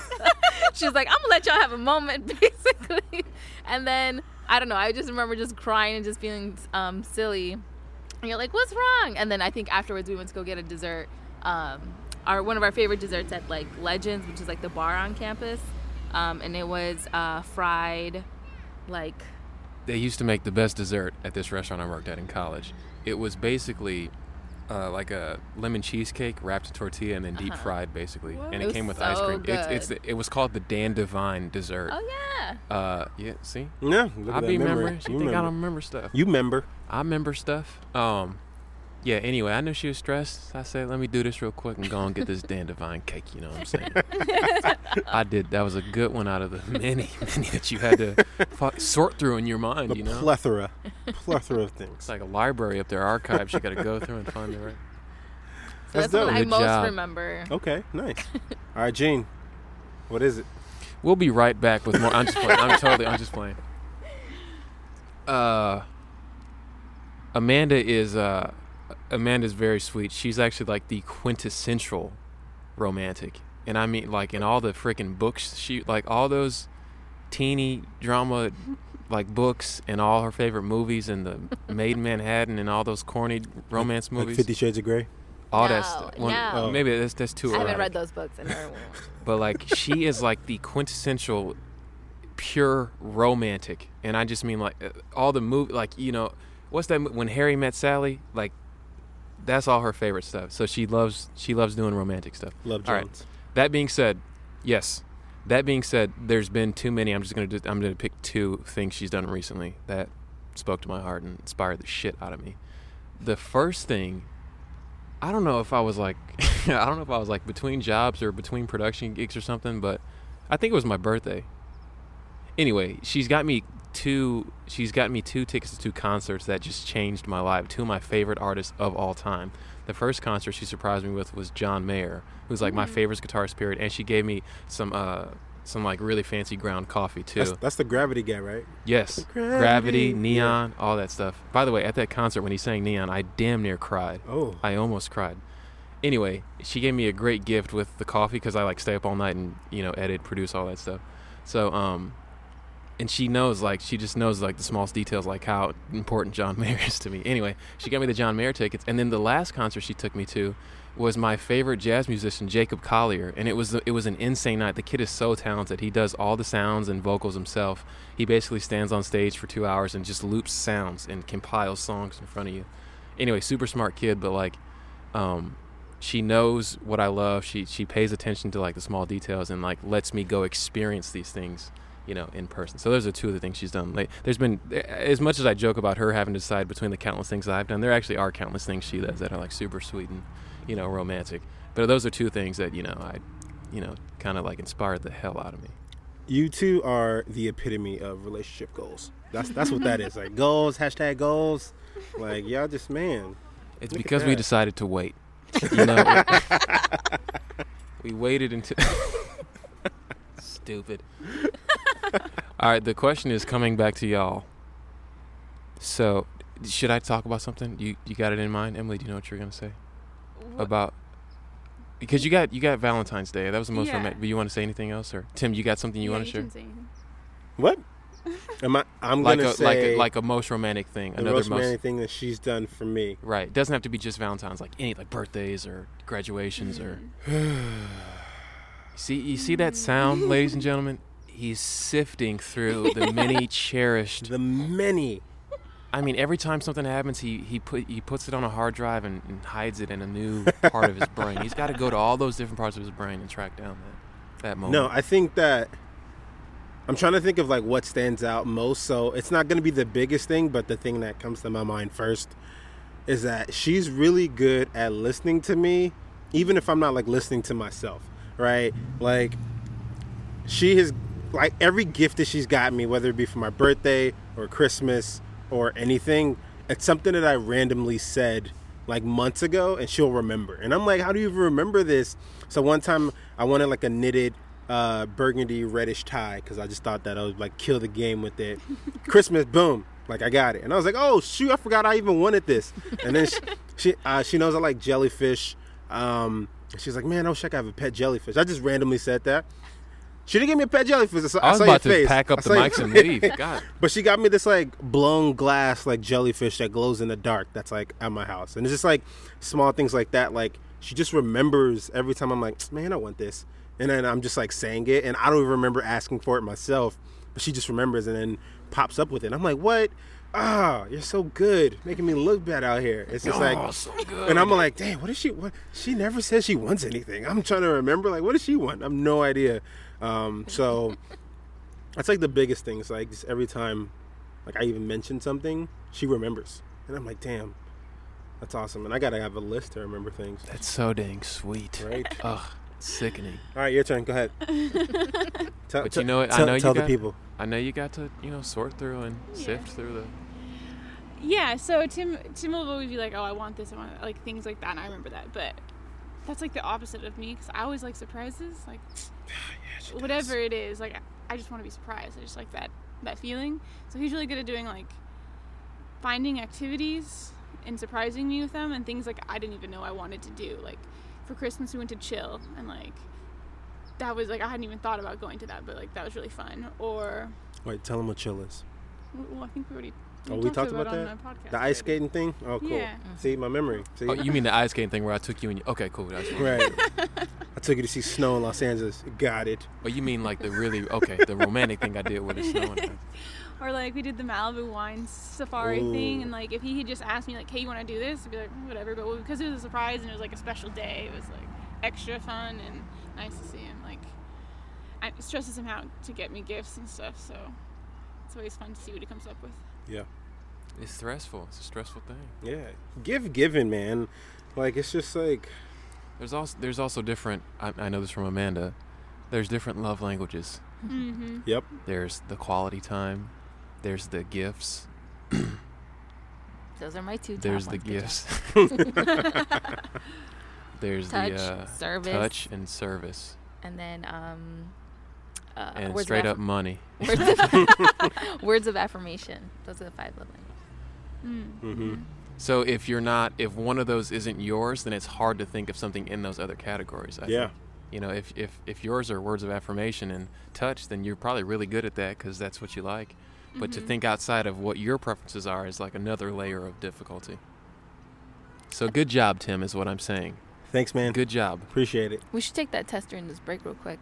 S4: She's like, I'm gonna let y'all have a moment, basically. And then I don't know. I just remember just crying and just feeling um, silly. And you're like, what's wrong? And then I think afterwards we went to go get a dessert. Um, our one of our favorite desserts at like Legends, which is like the bar on campus, um, and it was uh, fried, like
S1: they used to make the best dessert at this restaurant I worked at in college. It was basically uh, like a lemon cheesecake wrapped in tortilla and then deep fried, basically, and
S4: Uh-huh. It
S1: it,
S4: was
S1: came with ice
S4: so
S1: cream. It's, it's
S4: good.
S1: the, it was called the Dan Divine dessert.
S4: oh yeah,
S1: Uh, yeah, see,
S2: Yeah, look at
S1: I
S2: that
S1: be
S2: memory.
S1: remembering. You,
S2: You
S1: think I
S2: remember.
S1: don't remember stuff?
S2: You remember?
S1: I remember stuff. Um, yeah. Anyway, I knew she was stressed. I said, "Let me do this real quick and go and get this Dan Divine cake." You know what I'm saying? I did. That was a good one out of the many, many that you had to fu- sort through in your mind.
S2: The
S1: you know,
S2: plethora, plethora of things.
S1: It's like a library up there, archives. You got to go through and find the right.
S4: so
S2: That's
S4: that's, what
S2: dope. Oh,
S4: I
S1: Good
S4: most
S1: job.
S4: remember.
S2: okay, nice. All right, Gene. What is it?
S1: We'll be right back with more. I'm just playing. I'm totally. I'm just playing. Uh, Amanda is uh, Amanda's very sweet. She's actually like the quintessential romantic, and I mean like in all the freaking books she like all those teeny drama like books and all her favorite movies and the Made in Manhattan and all those corny romance
S2: Like
S1: movies.
S2: Fifty Shades of Grey.
S1: all
S4: No,
S1: that stuff.
S4: no.
S2: Oh.
S1: Maybe that's that's too
S4: I haven't
S1: erotic.
S4: read those books. I never will.
S1: But like she is like the quintessential pure romantic, and I just mean like uh, all the movie like you know what's that mo- when Harry met Sally like that's all her favorite stuff. So she loves she loves doing romantic stuff.
S2: Love
S1: All right.
S2: Jones.
S1: That being said, yes. That being said, there's been too many. I'm just gonna do, I'm gonna pick two things she's done recently that spoke to my heart and inspired the shit out of me. The first thing, I don't know if I was like, I don't know if I was like between jobs or between production gigs or something, but I think it was my birthday. Anyway, she's got me two. She's got me two tickets to two concerts that just changed my life. Two of my favorite artists of all time. The first concert she surprised me with was John Mayer, who's like my favorite guitarist. Period. And she gave me some uh some like really fancy ground coffee too.
S2: That's, that's the gravity guy, right?
S1: yes,
S2: Gravity.
S1: gravity,
S2: Yeah.
S1: neon, all that stuff. By the way, at that concert when he sang neon, I damn near cried.
S2: Oh,
S1: I almost cried. Anyway, she gave me a great gift with the coffee because I like stay up all night and you know edit, produce all that stuff. So um, and she knows like she just knows like the smallest details like how important John Mayer is to me. Anyway, she got me the John Mayer tickets, and then the last concert she took me to was my favorite jazz musician Jacob Collier, and it was it was an insane night. The kid is so talented; he does all the sounds and vocals himself. He basically stands on stage for two hours and just loops sounds and compiles songs in front of you. Anyway, super smart kid, but like um, she knows what I love. She she pays attention to like the small details and like lets me go experience these things, you know, in person. So those are two of the things she's done. Like, there's been as much as I joke about her having to decide between the countless things I've done. There actually are countless things she does that are like super sweet and you know romantic. But those are two things that you know I, you know, kind of like inspired the hell out of me.
S2: you two are the epitome of relationship goals. That's that's what that is. Like goals, hashtag goals. Like y'all just man.
S1: It's
S2: Look at
S1: because we
S2: that.
S1: decided to wait. You know, we waited until. Stupid. All right, the question is coming back to y'all. So, should I talk about something? You you got it in mind, Emily? Do you know what you're gonna say about? Because you got you got Valentine's Day. That was the most
S3: Yeah.
S1: romantic. But you want to say anything else, or Tim? You got something you want to share?
S2: What? Am I? I'm
S1: Like
S2: gonna
S1: a
S2: say
S1: like a, like a most romantic thing.
S2: the
S1: another
S2: most
S1: most
S2: romantic thing that she's done for me.
S1: right. It doesn't have to be just Valentine's. Like any like birthdays or graduations or.
S2: Mm-hmm.
S1: See, you see that sound, ladies and gentlemen? He's sifting through the many cherished.
S2: the many.
S1: I mean, every time something happens, he he put he puts it on a hard drive and, and hides it in a new part of his brain. He's got to go to all those different parts of his brain and track down that that moment.
S2: No, I think that I'm trying to think of like what stands out most. So it's not going to be the biggest thing, but the thing that comes to my mind first is that she's really good at listening to me, even if I'm not like listening to myself, right? Like she has like every gift that she's got me, whether it be for my birthday or Christmas or anything, it's something that I randomly said like months ago and she'll remember. And I'm like, how do you even remember this? So one time I wanted like a knitted uh, burgundy reddish tie because I just thought that I would like kill the game with it. Christmas, boom, like I got it. And I was like, oh shoot, I forgot I even wanted this. And then she she, uh, she knows I like jellyfish. Um, she's like, man, I wish I could have a pet jellyfish. I just randomly said that. She didn't give me a pet jellyfish. I saw,
S1: I was
S2: saw
S1: about to
S2: your face.
S1: pack
S2: I
S1: up the
S2: saw your
S1: mics and
S2: face.
S1: leave. God,
S2: But she got me this like blown glass like jellyfish that glows in the dark. That's like at my house, and it's just like small things like that. Like she just remembers every time I'm like, man, I want this, and then I'm just like saying it, and I don't even remember asking for it myself. But she just remembers and then pops up with it. I'm like, what? Ah, you're so good, making me look bad out here. It's just like
S1: oh, so good.
S2: and I'm like, dang, what is she? What she never says she wants anything. I'm trying to remember, like, what does she want? I've no idea. Um, so that's like the biggest thing. It's like just every time, like I even mention something, she remembers, and I'm like, damn, that's awesome. And I gotta have a list to remember things,
S1: that's so dang sweet.
S2: right?
S1: Ugh, sickening.
S2: All right, your turn. Go ahead. Tell,
S1: But
S2: tell-
S1: you know what? I
S2: tell-
S1: know you
S2: tell the
S1: got-
S2: people.
S1: I know you got to you know sort through and sift through the
S3: Yeah, so Tim Tim will always be like, "Oh, I want this, I want that," like things like that," and I remember that. But that's like the opposite of me because I always like surprises, like whatever it is. Like I just want to be surprised. I just like that that feeling. So he's really good at doing like finding activities and surprising me with them and things like I didn't even know I wanted to do. Like for Christmas, we went to chill and like that was like I hadn't even thought about going to that, but like that was really fun. Or
S2: Wait, tell them what chill is.
S3: well, I think we already
S2: Oh, we talked about
S3: it
S2: that?
S3: on the podcast.
S2: The ice
S3: right?
S2: skating thing? Oh, cool.
S3: Yeah.
S2: See, my memory. See?
S1: Oh, you mean the ice skating thing where I took you and you? Okay, cool. That's fine.
S2: right. I took you to see snow in Los Angeles. Got it.
S1: But you mean like the really okay, the romantic thing I did with the snow? And
S3: Or like we did the Malibu wine safari thing,
S2: Ooh.
S3: and like if he had just asked me like, "Hey, you want to do this?" I'd be like, "Whatever." But because it was a surprise and it was like a special day, it was like extra fun and nice to see him. Like, I- it stresses him out to get me gifts and stuff, so it's always fun to see what he comes up with.
S2: Yeah.
S1: it's stressful. It's a stressful thing.
S2: Yeah. Give, given, man. Like, it's just like,
S1: There's also there's also different. I, I know this from Amanda. There's different love languages.
S3: Mm-hmm.
S2: yep.
S1: There's the quality time. There's the gifts.
S4: Those are my two. top
S1: There's the
S4: ones, bitches.
S1: gifts. there's
S4: Touch,
S1: the uh,
S4: service,
S1: touch and service
S4: and then um, uh,
S1: and
S4: words of
S1: straight
S4: affirm-
S1: up money.
S4: Words of, words of affirmation. Those are the five love languages.
S2: Mm-hmm.
S1: So if you're not, if one of those isn't yours, then it's hard to think of something in those other categories. I
S2: Yeah.
S1: Think. You know, if, if if yours are words of affirmation and touch, then you're probably really good at that because that's what you like. But to think outside of what your preferences are is like another layer of difficulty. So good job, Tim, is what I'm saying.
S2: Thanks, man.
S1: Good job.
S2: Appreciate it.
S4: We should take that test during this break real quick,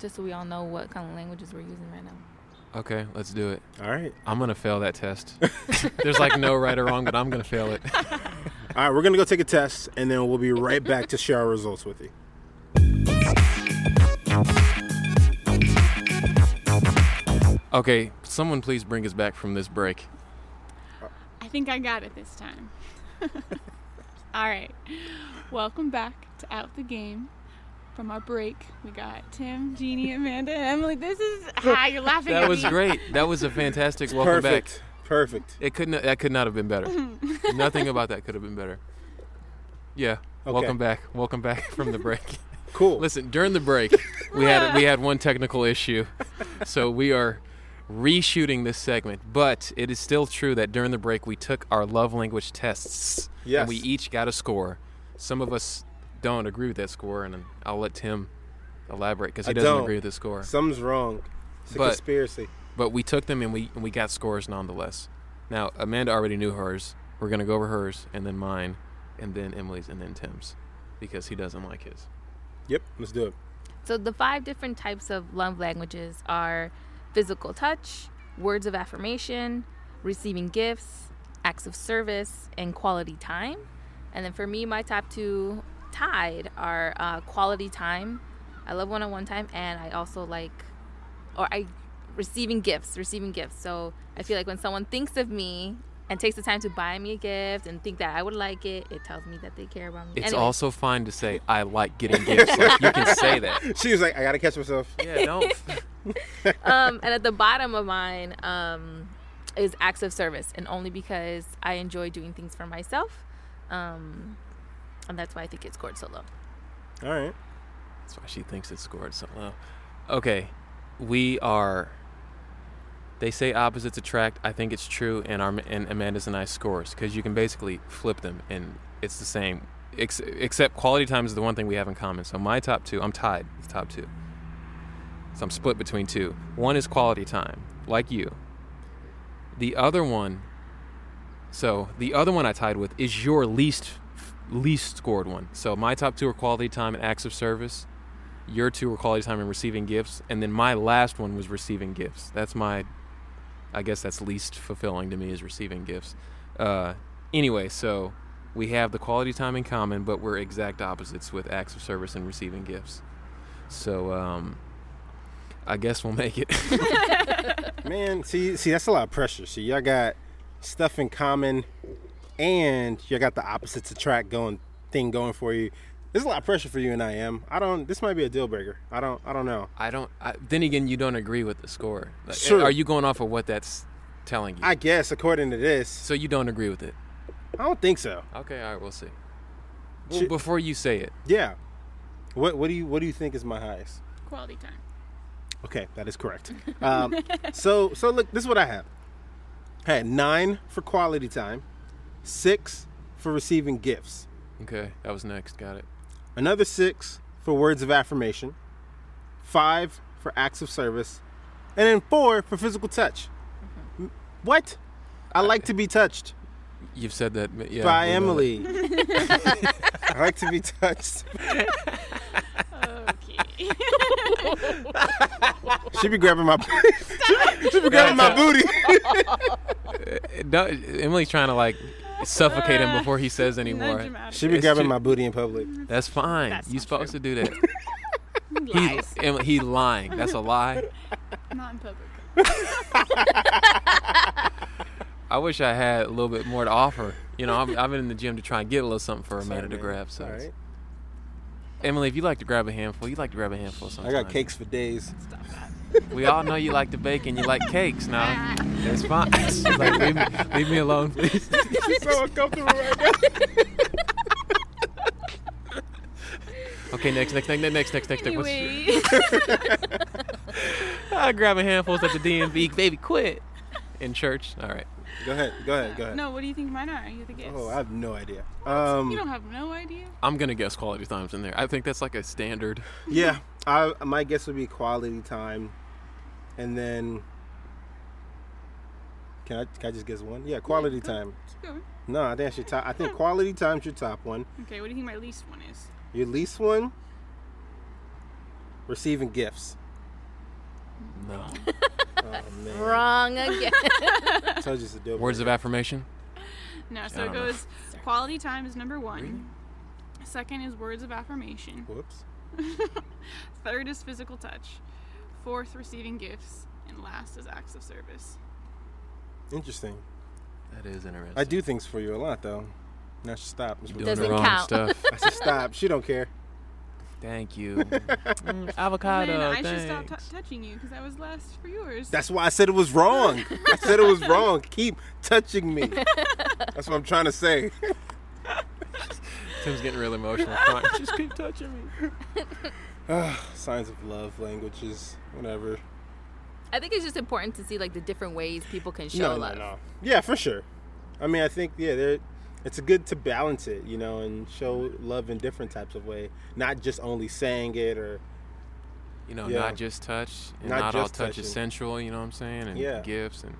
S4: just so we all know what kind of languages we're using right now.
S1: Okay, let's do it.
S2: All right.
S1: I'm gonna fail that test. There's like no right or wrong, but I'm gonna fail it.
S2: All right, we're going to go take a test, and then we'll be right back to share our results with you.
S1: Okay, someone please bring us back from this break.
S3: I think I got it this time. All right. Welcome back to Out the Game. From our break, we got Tim, Jeannie, Amanda, and Emily. This is ah, you're laughing
S1: That
S3: at
S1: was
S3: me.
S1: great. That was a fantastic welcome back.
S2: Perfect. Perfect.
S1: It couldn't. That could not have been better. Nothing about that could have been better. Yeah. Welcome back. Welcome back from the break.
S2: Cool.
S1: Listen, during the break, we had we had one technical issue, so we are reshooting this segment. But it is still true that during the break we took our love language tests.
S2: Yes.
S1: And we each got a score. Some of us don't agree with that score, and I'll let Tim elaborate because he
S2: I
S1: doesn't
S2: don't.
S1: agree with the score.
S2: Something's wrong. It's a
S1: But-
S2: conspiracy.
S1: But we took them and we and we got scores nonetheless. Now Amanda already knew hers. We're gonna go over hers and then mine, and then Emily's and then Tim's, because he doesn't like his.
S2: Yep. Let's do it.
S4: So the five different types of love languages are physical touch, words of affirmation, receiving gifts, acts of service, and quality time. And then for me, my top two tied are uh, quality time. I love one-on-one time, and I also like, or I receiving gifts, receiving gifts. So I feel like when someone thinks of me and takes the time to buy me a gift and think that I would like it, it tells me that they care about me.
S1: It's
S4: Anyway.
S1: also fine to say I like getting gifts. Like, you can say that.
S2: She was like, I got to catch myself.
S1: Yeah, don't.
S4: um, and at the bottom of mine um, is acts of service, and only because I enjoy doing things for myself, um, and that's why I think it scored so low.
S2: All right.
S1: That's why she thinks it scored so low. Okay, we are. They say opposites attract. I think it's true, and our and Amanda's and I scores because you can basically flip them, and it's the same. Ex- except quality time is the one thing we have in common. So my top two, I'm tied with top two. So I'm split between two. One is quality time, like you. The other one. So the other one I tied with is your least least scored one. So my top two are quality time and acts of service. Your two were quality time and receiving gifts, and then my last one was receiving gifts. That's my, I guess that's least fulfilling to me is receiving gifts. Uh, anyway, so we have the quality time in common, but we're exact opposites with acts of service and receiving gifts. So um, I guess we'll make it.
S2: Man, see, see, that's a lot of pressure. See, y'all got stuff in common, and you all got the opposites attract going thing going for you. There's a lot of pressure for you and I am. I don't. This might be a deal breaker. I don't. I don't know.
S1: I don't. I, then again, you don't agree with the score. Like, eh,
S2: Sure.
S1: Are you going off of what that's telling you?
S2: I guess according to this,
S1: so you don't agree with it.
S2: I don't think so.
S1: Okay, all right, we'll see. Well,
S2: Should-
S1: before you say it,
S2: Yeah. What What do you What do you think is my highest?
S3: Quality time.
S2: Okay, that is correct. Um, so so look, this is what I have. I had nine for quality time, six for receiving gifts,
S1: okay, that was next. Got it.
S2: another six for words of affirmation, five for acts of service, and then four for physical touch.
S1: Mm-hmm.
S2: What? I
S1: Uh,
S2: like to be touched
S1: You've said that. m- Yeah,
S2: by
S1: we know that.
S2: Emily. I like to be touched.
S3: Okay.
S2: She be grabbing my she be grabbing my booty.
S1: Uh, no, Emily's trying to like suffocate him before he says any
S3: Not
S1: more.
S3: dramatic.
S2: She be
S1: It's
S2: grabbing
S1: ju-
S2: my booty in public.
S1: That's fine.
S3: That's
S1: You're
S3: not
S1: supposed
S3: true.
S1: to do that. He,
S3: Lies.
S1: Emily, he lying. That's a lie.
S3: Not in public.
S1: I wish I had a little bit more to offer. You know, I've, I've been in the gym to try and get a little something for Amanda to
S2: man.
S1: grab. So,
S2: All
S1: it's-
S2: right.
S1: Emily, if you like to grab a handful, you like to grab a handful.
S2: I
S1: Sometimes
S2: got cakes for days.
S4: Stop that.
S1: We all know you like to bake and you like cakes. Now it's fine. She's like, leave me, leave me alone, please.
S2: She's so uncomfortable right now.
S1: Okay, next, next, next, next, next, next, next. next.
S3: Anyway,
S1: I grab a handfuls at the DMV. Baby, quit. In church. All right.
S2: Go ahead. Go ahead. Go ahead.
S3: no, what do you think mine are? You the guess.
S2: Oh, I have no idea.
S3: you don't
S2: Um,
S3: have no idea.
S1: I'm gonna guess quality times in there. I think that's like a standard.
S2: yeah, I, my guess would be quality time, and then can I, can I just guess one? Yeah, quality
S3: go.
S2: time.
S3: Keep going.
S2: No, I think that's your top. I think quality time's your top one.
S3: Okay, what do you think my least one is?
S2: Your least one, receiving gifts.
S1: No.
S2: Oh man,
S4: Wrong again.
S2: told you it's a dope.
S1: Words of affirmation.
S3: No,
S1: I
S3: so it
S1: don't know.
S3: goes quality time is number one. Second is words of affirmation.
S2: Whoops.
S3: Third is physical touch. Fourth, receiving gifts. And last is acts of service.
S2: Interesting.
S1: That is interesting.
S2: I do things for you a lot though. Now she stop. Miss
S1: Doing
S2: Wilson.
S1: the
S4: Doesn't
S1: wrong
S4: count.
S1: stuff.
S2: I should stop. She don't care.
S1: Thank you. Mm, avocado.
S3: then I
S1: thanks.
S3: should stop t- touching you because I was last for yours.
S2: That's why I said it was wrong. I said it was wrong. Keep touching me. That's what I'm trying to say.
S1: Tim's getting real emotional. Come on, Just keep touching me.
S2: Signs of love, languages, whatever.
S4: I think it's just important to see like the different ways people can show love.
S2: Yeah, for sure. I mean, I think yeah, there. It's good to balance it, you know, and show love in different types of way, not just only saying it or
S1: You know,
S2: Yeah.
S1: not just touch, and
S2: Not
S1: not, all
S2: just
S1: touch
S2: touching.
S1: is sensual. You know what I'm saying? And
S2: Yeah.
S1: gifts and.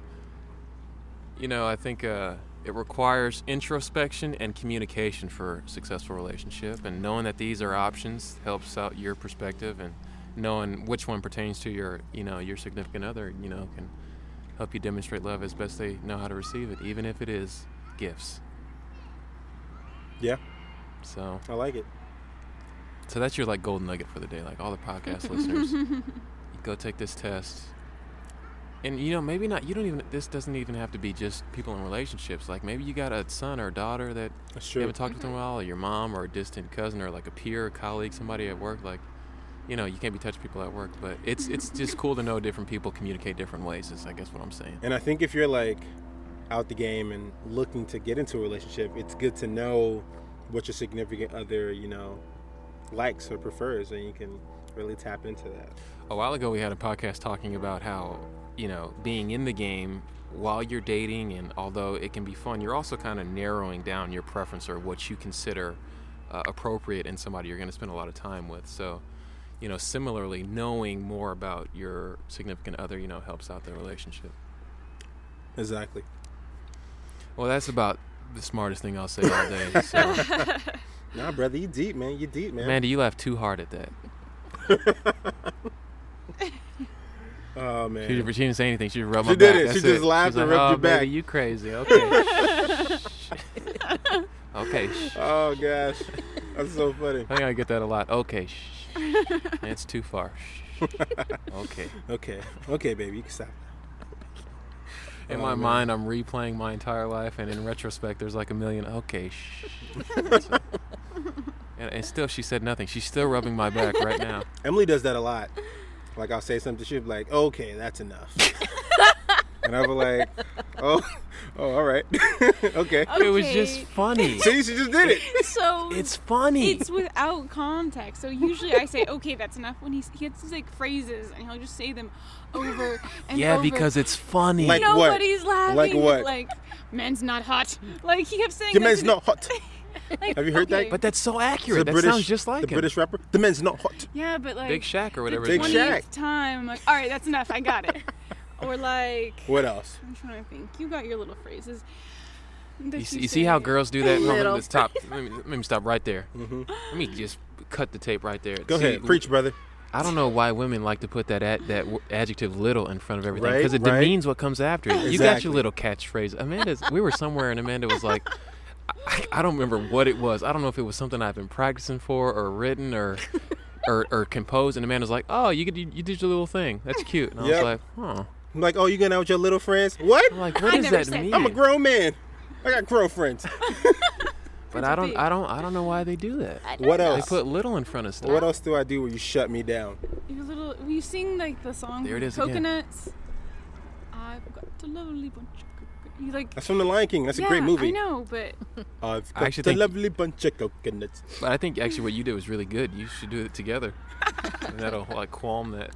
S1: You know, I think uh, it requires introspection and communication for a successful relationship, and knowing that these are options helps out your perspective, and knowing which one pertains to your, you know, your significant other. You know, can help you demonstrate love as best they know how to receive it, even if it is gifts.
S2: yeah,
S1: So,
S2: I like it.
S1: so that's your like golden nugget for the day. Like all the podcast listeners, you go take this test. And you know, maybe not. You don't even. This doesn't even have to be just people in relationships. Like maybe you got a son or a daughter that
S2: That's
S1: you
S2: true.
S1: haven't talked to in a while, or your mom, or a distant cousin, or like a peer, a colleague, somebody at work. Like, you know, you can't be touching people at work. But it's it's just cool to know different people communicate different ways. Is I guess what I'm saying.
S2: And I think if you're like out the game and looking to get into a relationship, it's good to know what your significant other, you know, likes or prefers, and you can really tap into that.
S1: A while ago, we had a podcast talking about how, you know, being in the game while you're dating, and although it can be fun, you're also kind of narrowing down your preference or what you consider uh, appropriate in somebody you're going to spend a lot of time with. So, you know, similarly, knowing more about your significant other, you know, helps out the relationship.
S2: Exactly.
S1: Well, that's about the smartest thing I'll say all day. So,
S2: Nah, brother, you deep, man. You deep, man.
S1: Amanda, you laughed too hard at that.
S2: Oh
S1: She
S2: man.
S1: didn't, she didn't say anything. She just rubbed
S2: She
S1: my
S2: did
S1: back.
S2: it.
S1: That's
S2: She just
S1: She's
S2: laughed and rubbed
S1: "Oh,
S2: your back."
S1: baby, you crazy. Okay. okay. shh.
S2: Oh gosh, that's so funny.
S1: I think I get that a lot. Okay. Shh. That's too far. Shh. Okay.
S2: Okay, okay, baby, you can stop.
S1: In
S2: Oh,
S1: my
S2: man.
S1: mind, I'm replaying my entire life, and in retrospect, there's like a million okay. Shh. So- and, and still, she said nothing. She's still rubbing my back right now.
S2: Emily does that a lot. Like I'll say something, she'll be like, "Okay, that's enough," and I'll be like, "Oh, oh, all right, okay."
S1: It was just
S3: Okay.
S1: funny.
S2: See, she just did it.
S3: so
S1: It's funny.
S3: it's without context. So usually I say, okay, that's enough. When he he gets these like phrases and he'll just say them over and
S1: yeah,
S3: over.
S1: because it's funny.
S2: Like- what?
S3: nobody's laughing.
S2: Like what?
S3: Like, man's not hot. Like he kept saying.
S2: Your
S3: that
S2: man's
S3: to-
S2: not hot.
S3: Like,
S2: Have you heard that?
S3: okay.
S1: But that's so
S2: The
S1: accurate. that
S2: British-
S1: sounds just like
S2: the
S1: him.
S2: British rapper. The man's not hot.
S3: yeah, but like
S1: Big Shack or whatever.
S3: The
S1: his
S2: Big
S1: name is.
S2: Shaq.
S3: 20th time, I'm like, all right, that's enough. I got it. or like,
S2: What else?
S3: I'm trying to think. You got your little phrases. that
S1: You, see- you see how
S3: say.
S1: girls do that? No, let
S4: Little.
S1: me stop. Let me, let me stop right there. Let me just cut the tape right there.
S2: Mm-hmm. Go
S1: See,
S2: ahead, preach, brother.
S1: I don't know why women like to put that ad, that w- adjective "little" in front of everything
S2: Right,
S1: because it
S2: right.
S1: demeans what comes after it. You got
S2: Exactly.
S1: your little catchphrase. Amanda's. we were somewhere and Amanda was like, I, I don't remember what it was. I don't know if it was something I've been practicing for or written or or, or composed. And Amanda's like, Oh, you could you, you did your little thing. That's cute. And I
S2: Yep.
S1: was like, Huh.
S2: I'm like, oh, you going out with your little friends? What?
S1: I'm like, what
S3: I
S1: does
S3: never
S1: that
S3: said
S1: mean?
S3: that.
S2: I'm a grown man. I got grown friends.
S1: but I don't
S3: big.
S1: I don't I don't know why they do that.
S4: I don't
S2: What
S4: know.
S1: They
S2: else?
S1: put little in front of stuff.
S2: What else do I do where you shut me down?
S3: Your little. Will you sing like the song?
S1: There it is again.
S3: Coconuts. I've got a lovely bunch of coconuts. You like.
S2: That's from The Lion King. That's
S3: yeah,
S2: a great movie.
S3: I know, but
S2: I've
S1: I
S2: got
S1: actually
S2: a
S1: think-
S2: lovely bunch of coconuts.
S1: But I think actually what you did was really good. You should do it together. and that'll like qualm that.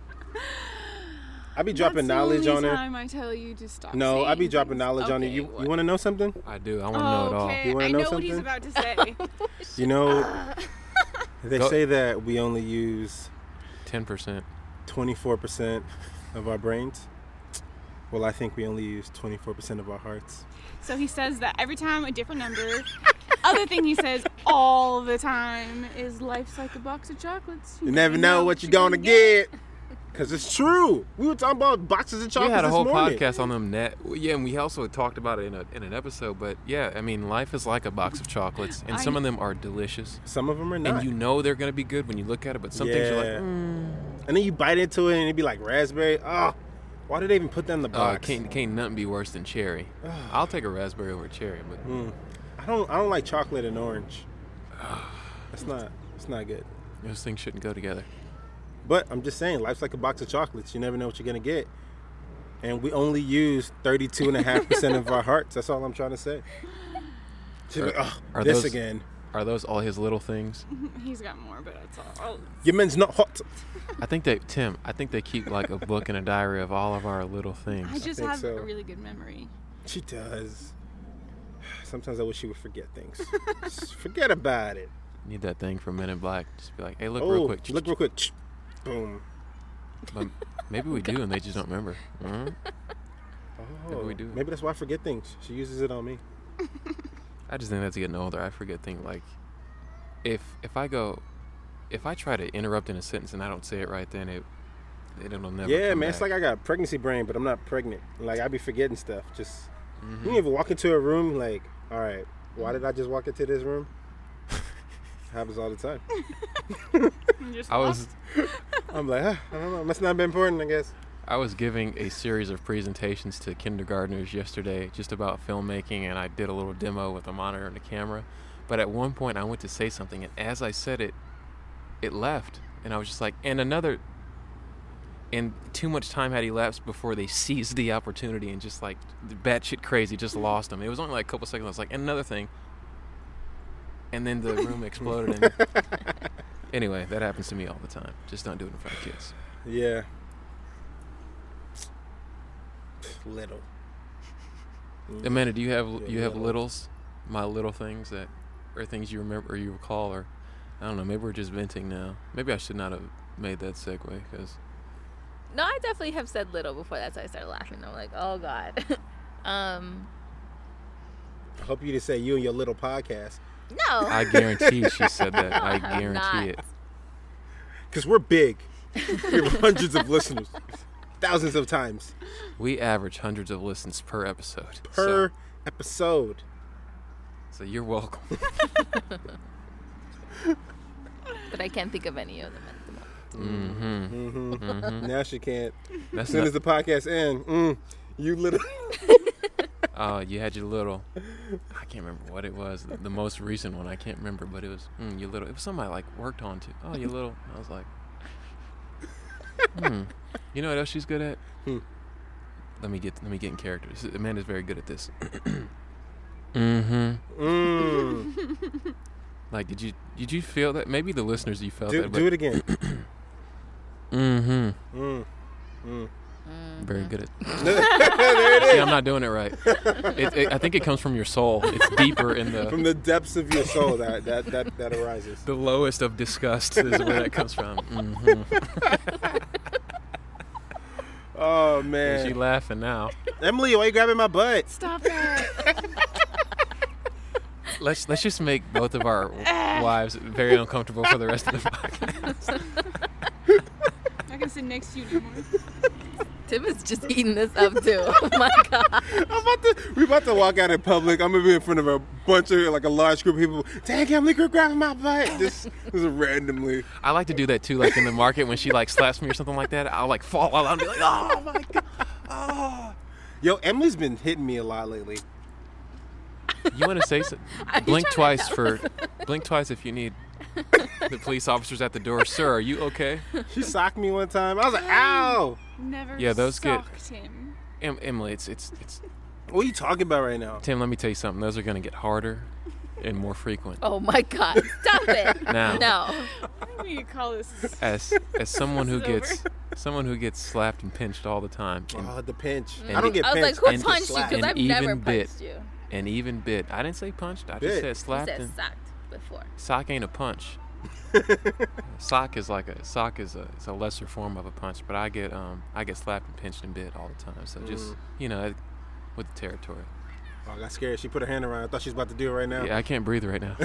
S2: I be dropping
S3: that's
S2: knowledge
S3: the
S2: on
S3: only
S2: her.
S3: time I tell you to stop.
S2: No, I be
S3: saying
S2: dropping
S3: things.
S2: knowledge on her.
S4: Okay,
S2: You,
S4: what?
S2: you want to know something?
S1: I do. I want to know it all.
S3: Oh, Okay,
S2: You wanna
S3: I
S2: know
S3: know, what he's
S2: something?
S3: about to say.
S2: You know, they
S1: Go-
S2: say that we only use
S1: Ten percent.
S2: 24% of our brains. Well, I think we only use 24% of our hearts.
S3: so he says that every time a different number. Other thing he says all the time is life's like a box of chocolates.
S2: You never know what you're gonna get. Cause it's true. We were talking about boxes of
S1: We
S2: chocolates
S1: had a
S2: this
S1: whole
S2: morning.
S1: podcast on them net. well, Yeah, and we also talked about it in, a, in an episode. But yeah, I mean, life is like a box of chocolates, and
S3: I-
S1: some of them are delicious,
S2: Some of them are not.
S1: and you know they're gonna be good when you look at it. But some things you're
S2: Yeah.
S1: like, mm,
S2: And then you bite into it and it'd be like raspberry. Oh, why did they even put that in the
S1: uh,
S2: box?
S1: can't can't nothing be worse than cherry. I'll take a raspberry over cherry, but
S2: Hmm. I don't. I don't like chocolate and orange. That's not. It's not good.
S1: those things shouldn't go together.
S2: But I'm just saying, life's like a box of chocolates. You never know what you're gonna get. And we only use 32 and a half percent of our hearts. That's all I'm trying to say. She's like, oh,
S1: are
S2: this
S1: those-
S2: again.
S1: Are those all his little things?
S3: He's got more, but that's all.
S2: Your men's not hot.
S1: I think they, Tim. I think they keep like a book and a diary of all of our little things.
S3: I just
S2: think
S3: have
S2: so.
S3: a really good memory.
S2: She does. Sometimes I wish she would forget things. Just forget about it.
S1: Need that thing from Men in Black. Just be like, hey, look
S2: oh,
S1: real quick.
S2: look real quick. Boom.
S1: But maybe we do, and they just don't remember. Mhm.
S2: Oh,
S1: Maybe we do.
S2: Maybe that's why I forget things. She uses it on me.
S1: I just think that's getting older. I forget things like if if I go if I try to interrupt in a sentence and I don't say it right, then it it'll never.
S2: yeah,
S1: come
S2: man. It's
S1: back.
S2: like I got pregnancy brain, but I'm not pregnant. Like I be forgetting stuff. Just
S1: Mm-hmm.
S2: you even walk into a room like, all right, why did I just walk into this room? Happens all the time.
S3: I'm just "Oh,
S1: I was
S2: I'm like, ah, I don't know. Must not have been important, I guess.
S1: I was giving a series of presentations to kindergartners yesterday just about filmmaking, and I did a little demo with a monitor and a camera. But at one point, I went to say something, and as I said it, it left, and I was just like, and another. And too much time had elapsed before they seized the opportunity and just like batshit crazy, just lost them. It was only like a couple seconds. I was like, and another thing. And then the room exploded. And anyway, that happens to me all the time. Just don't do it in front of kids.
S2: Yeah. Little.
S1: Amanda, do you have you have
S2: little.
S1: littles, my little things that, or things you remember or you recall or, I don't know. Maybe we're just venting now. Maybe I should not have made that segue because
S4: No, I definitely have said little before. That's why I started laughing. I'm like, oh god. um,
S2: I hope you didn't say you and your little podcast.
S4: no.
S1: I guarantee she said that. I
S4: have not.
S1: guarantee it.
S2: Because we're big. We have hundreds of listeners. Thousands of times
S1: We average hundreds of listens per episode.
S2: per
S1: So,
S2: episode.
S1: so you're welcome.
S4: but I can't think of any of them at the moment.
S1: mm-hmm.
S2: Now she can't.
S1: That's
S2: As soon
S1: not,
S2: as the podcast ends, mm, you little.
S1: oh, you had your little. I can't remember what it was. The, the most recent one I can't remember, but it was mm, you little. It was something I like worked on too. Oh, you little. I was like, hmm. You know what else she's good at?
S2: Hmm.
S1: Let me get let me get in character. This is- Amanda's very good at this. mm-hmm.
S2: Mm.
S1: Like, did you did you feel that? Maybe the listeners you felt
S2: Do,
S1: that.
S2: do it again.
S1: Mm-hmm.
S2: Mm. Mm.
S1: very good at.
S2: there it is.
S1: See, I'm not doing it right. It, it, I think it comes from your soul. It's deeper in
S2: From
S1: the
S2: the depths of your soul, that that that, that arises.
S1: the lowest of disgust is where that comes from. hmm
S2: Oh
S1: She
S2: man,
S1: laughing now.
S2: Emily, why you grabbing my butt?
S3: Stop that.
S1: Let's let's just make both of our wives very uncomfortable for the rest of the podcast.
S3: I can sit next to you anymore.
S4: Tim is just eating this up too. Oh my god.
S2: I'm about to, we about to walk out in public. I'm gonna be in front of a bunch of like a large group of people. Dang, Emily, quit grabbing my butt. Just, just randomly.
S1: I like to do that too, like in the market when she like slaps me or something like that. I'll like fall out and be like, oh my god.
S2: Ah. Yo, Emily's been hitting me a lot lately.
S1: You want to say something?
S4: I'm
S1: Blink
S4: trying
S1: twice for blink twice if you need. The police officer's at the door. Sir, are you okay?
S2: She socked me one time. I was like, ow.
S3: Never
S1: Yeah, those get-
S3: socked him.
S1: Em- Emily, it's it's it's
S2: What are you talking about right now?
S1: Tim. Let me tell you something. Those are gonna get harder and more frequent.
S4: Oh my god. Stop it.
S1: Now.
S4: No.
S3: What do you call this?
S1: As as someone who
S3: This is
S1: gets someone who gets slapped and pinched all the time and,
S2: Oh, the pinch.
S1: And-
S2: I don't get
S4: I was like,
S2: pinched.
S4: who
S1: and
S4: punched you?
S2: slapped.
S4: Because
S1: And
S4: I've never
S1: even bit.
S4: punched you.
S1: and even bit. I didn't say punched. I just
S2: Bit.
S1: said
S4: You
S1: slapped.
S4: said
S1: and
S4: socked before.
S1: sock ain't a punch. sock is like a sock is a it's a lesser form of a punch. But I get um I get slapped and pinched and bit all the time. So just
S2: Mm.
S1: you know, it- with the territory.
S2: Oh, I got scared. She put her hand around. I thought she was about to do it right now.
S1: Yeah, I can't breathe right now.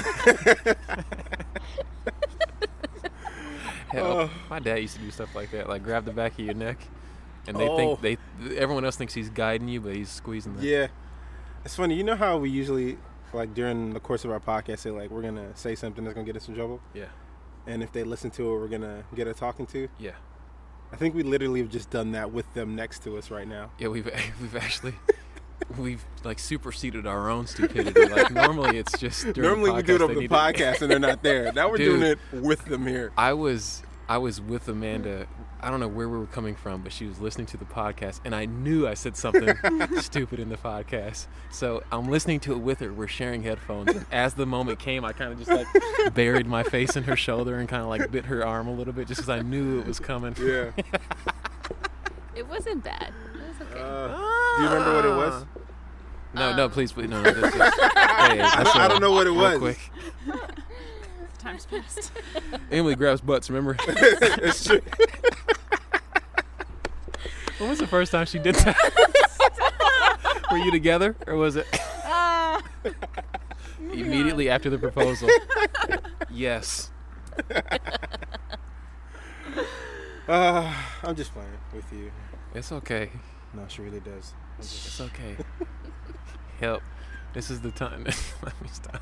S1: Hell,
S2: Oh.
S1: my dad used to do stuff like that, like grab the back of your neck, and they
S2: Oh.
S1: think they everyone else thinks he's guiding you, but he's squeezing. The,
S2: Yeah. It's funny. You know how we usually, like during the course of our podcast, say like we're gonna say something that's gonna get us in trouble,
S1: yeah,
S2: and if they listen to it, we're gonna get a talking to.
S1: yeah,
S2: I think we literally have just done that with them next to us right now.
S1: yeah. We've we've actually we've like superseded our own stupidity. Like normally it's just during the
S2: Normally we do it
S1: podcast,
S2: over
S1: they
S2: the
S1: need to-
S2: podcast and they're not there. Now we're doing
S1: Dude.
S2: it with them here.
S1: I was I was with Amanda. I don't know where we were coming from, but she was listening to the podcast, and I knew I said something stupid in the podcast. So I'm listening to it with her. We're sharing headphones. And as the moment came, I kind of just like buried my face in her shoulder and kind of like bit her arm a little bit, just because I knew it was coming.
S2: Yeah.
S4: It wasn't bad. It was okay.
S2: Uh, do you remember what it was?
S1: Ah. No, no, please, please, no. no that's just, hey,
S2: I
S1: that's
S2: don't, I
S1: all.
S2: don't know what it
S1: Real
S2: was.
S1: quick.
S3: Time's passed.
S1: Emily grabs butts. Remember?
S2: it's true.
S1: when was the first time she did that? were you together, or was it?
S2: Uh,
S3: Ah,
S1: immediately after the proposal. yes.
S2: Uh, I'm just playing with you.
S1: It's okay.
S2: No, she really does. I'm just-
S1: It's okay. Help. This is the time. Let me stop.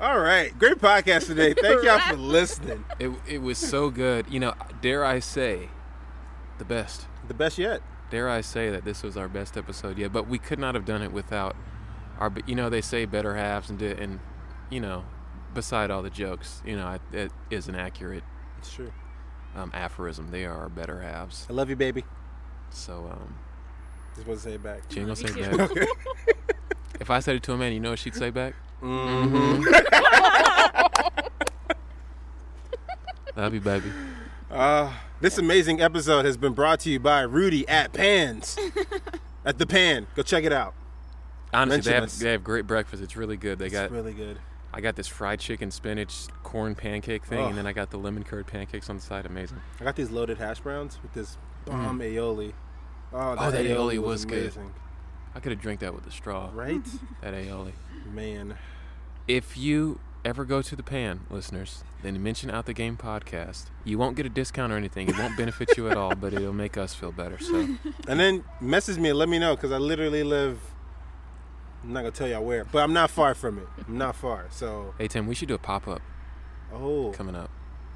S2: All right. Great podcast today. Thank y'all for listening.
S1: It, it was so good. You know, dare I say, the best.
S2: The best yet.
S1: Dare I say that this was our best episode yet, but we could not have done it without our, you know, they say better halves and, di- and you know, beside all the jokes, you know, I- it is an accurate
S2: It's true.
S1: um, aphorism. They are our better halves.
S2: I love you, baby.
S1: So, um,
S2: Just want to say it back.
S1: she ain't gonna say
S4: Love you
S1: back. if I said it to a man, you know what she'd say back? Love you, baby.
S2: Uh, this amazing episode has been brought to you by Rudy at Pans. at the Pan. Go check it out.
S1: Honestly, they
S2: Mention
S1: have,
S2: us.
S1: they have great breakfast. It's really good. They got
S2: it's really good.
S1: I got this fried chicken spinach corn pancake thing,
S2: Ugh.
S1: and then I got the lemon curd pancakes on the side. Amazing.
S2: I got these loaded hash browns with this bomb aioli. Oh,
S1: Mm-hmm. that aioli was good. I could have drank that with a straw.
S2: Right?
S1: That aioli.
S2: Man.
S1: If you ever go to the pan, listeners, then mention out the game podcast. You won't get a discount or anything. It won't benefit you at all, but it'll make us feel better. So
S2: And then message me and let me know because I literally live. I'm not gonna tell y'all where, but I'm not far from it. I'm not far. So,
S1: Hey Tim, we should do a pop up
S2: oh,
S1: coming up.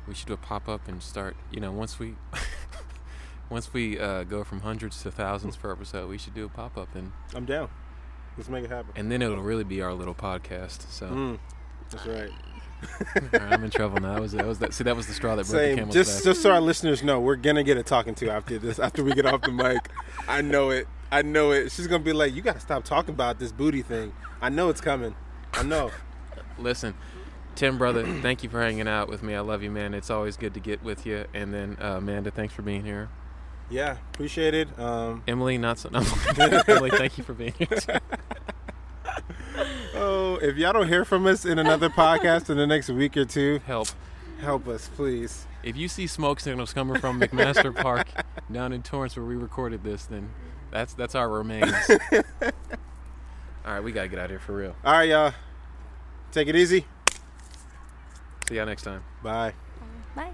S1: We should do a pop up and start. You know, once we once we uh, go from hundreds to thousands per episode, we should do a pop up and
S2: I'm down. Let's make it happen.
S1: and then it'll really be our little podcast. So
S2: Mm, that's right.
S1: all right, I'm in trouble now. That was that was that. See, that was the straw that broke the
S2: Same.
S1: camel's
S2: Just
S1: back.
S2: just so our listeners know, we're gonna get a talking to after this. After we get off the mic, I know it. I know it. She's gonna be like, "You gotta stop talking about this booty thing." I know it's coming. I know.
S1: Listen. Tim, brother, thank you for hanging out with me. I love you, man. It's always good to get with you. And then uh, Amanda, thanks for being here.
S2: Yeah, appreciate it. Um,
S1: Emily, not so. No. Emily, thank you for being here.
S2: oh, if y'all don't hear from us in another podcast in the next week or two,
S1: Help.
S2: help us, please.
S1: If you see smoke signals coming from McMaster Park down in Torrance where we recorded this, then that's that's our remains. All right, we gotta get out of here for real.
S2: All right, y'all. Take it easy.
S1: See y'all next time.
S2: Bye.
S4: Bye.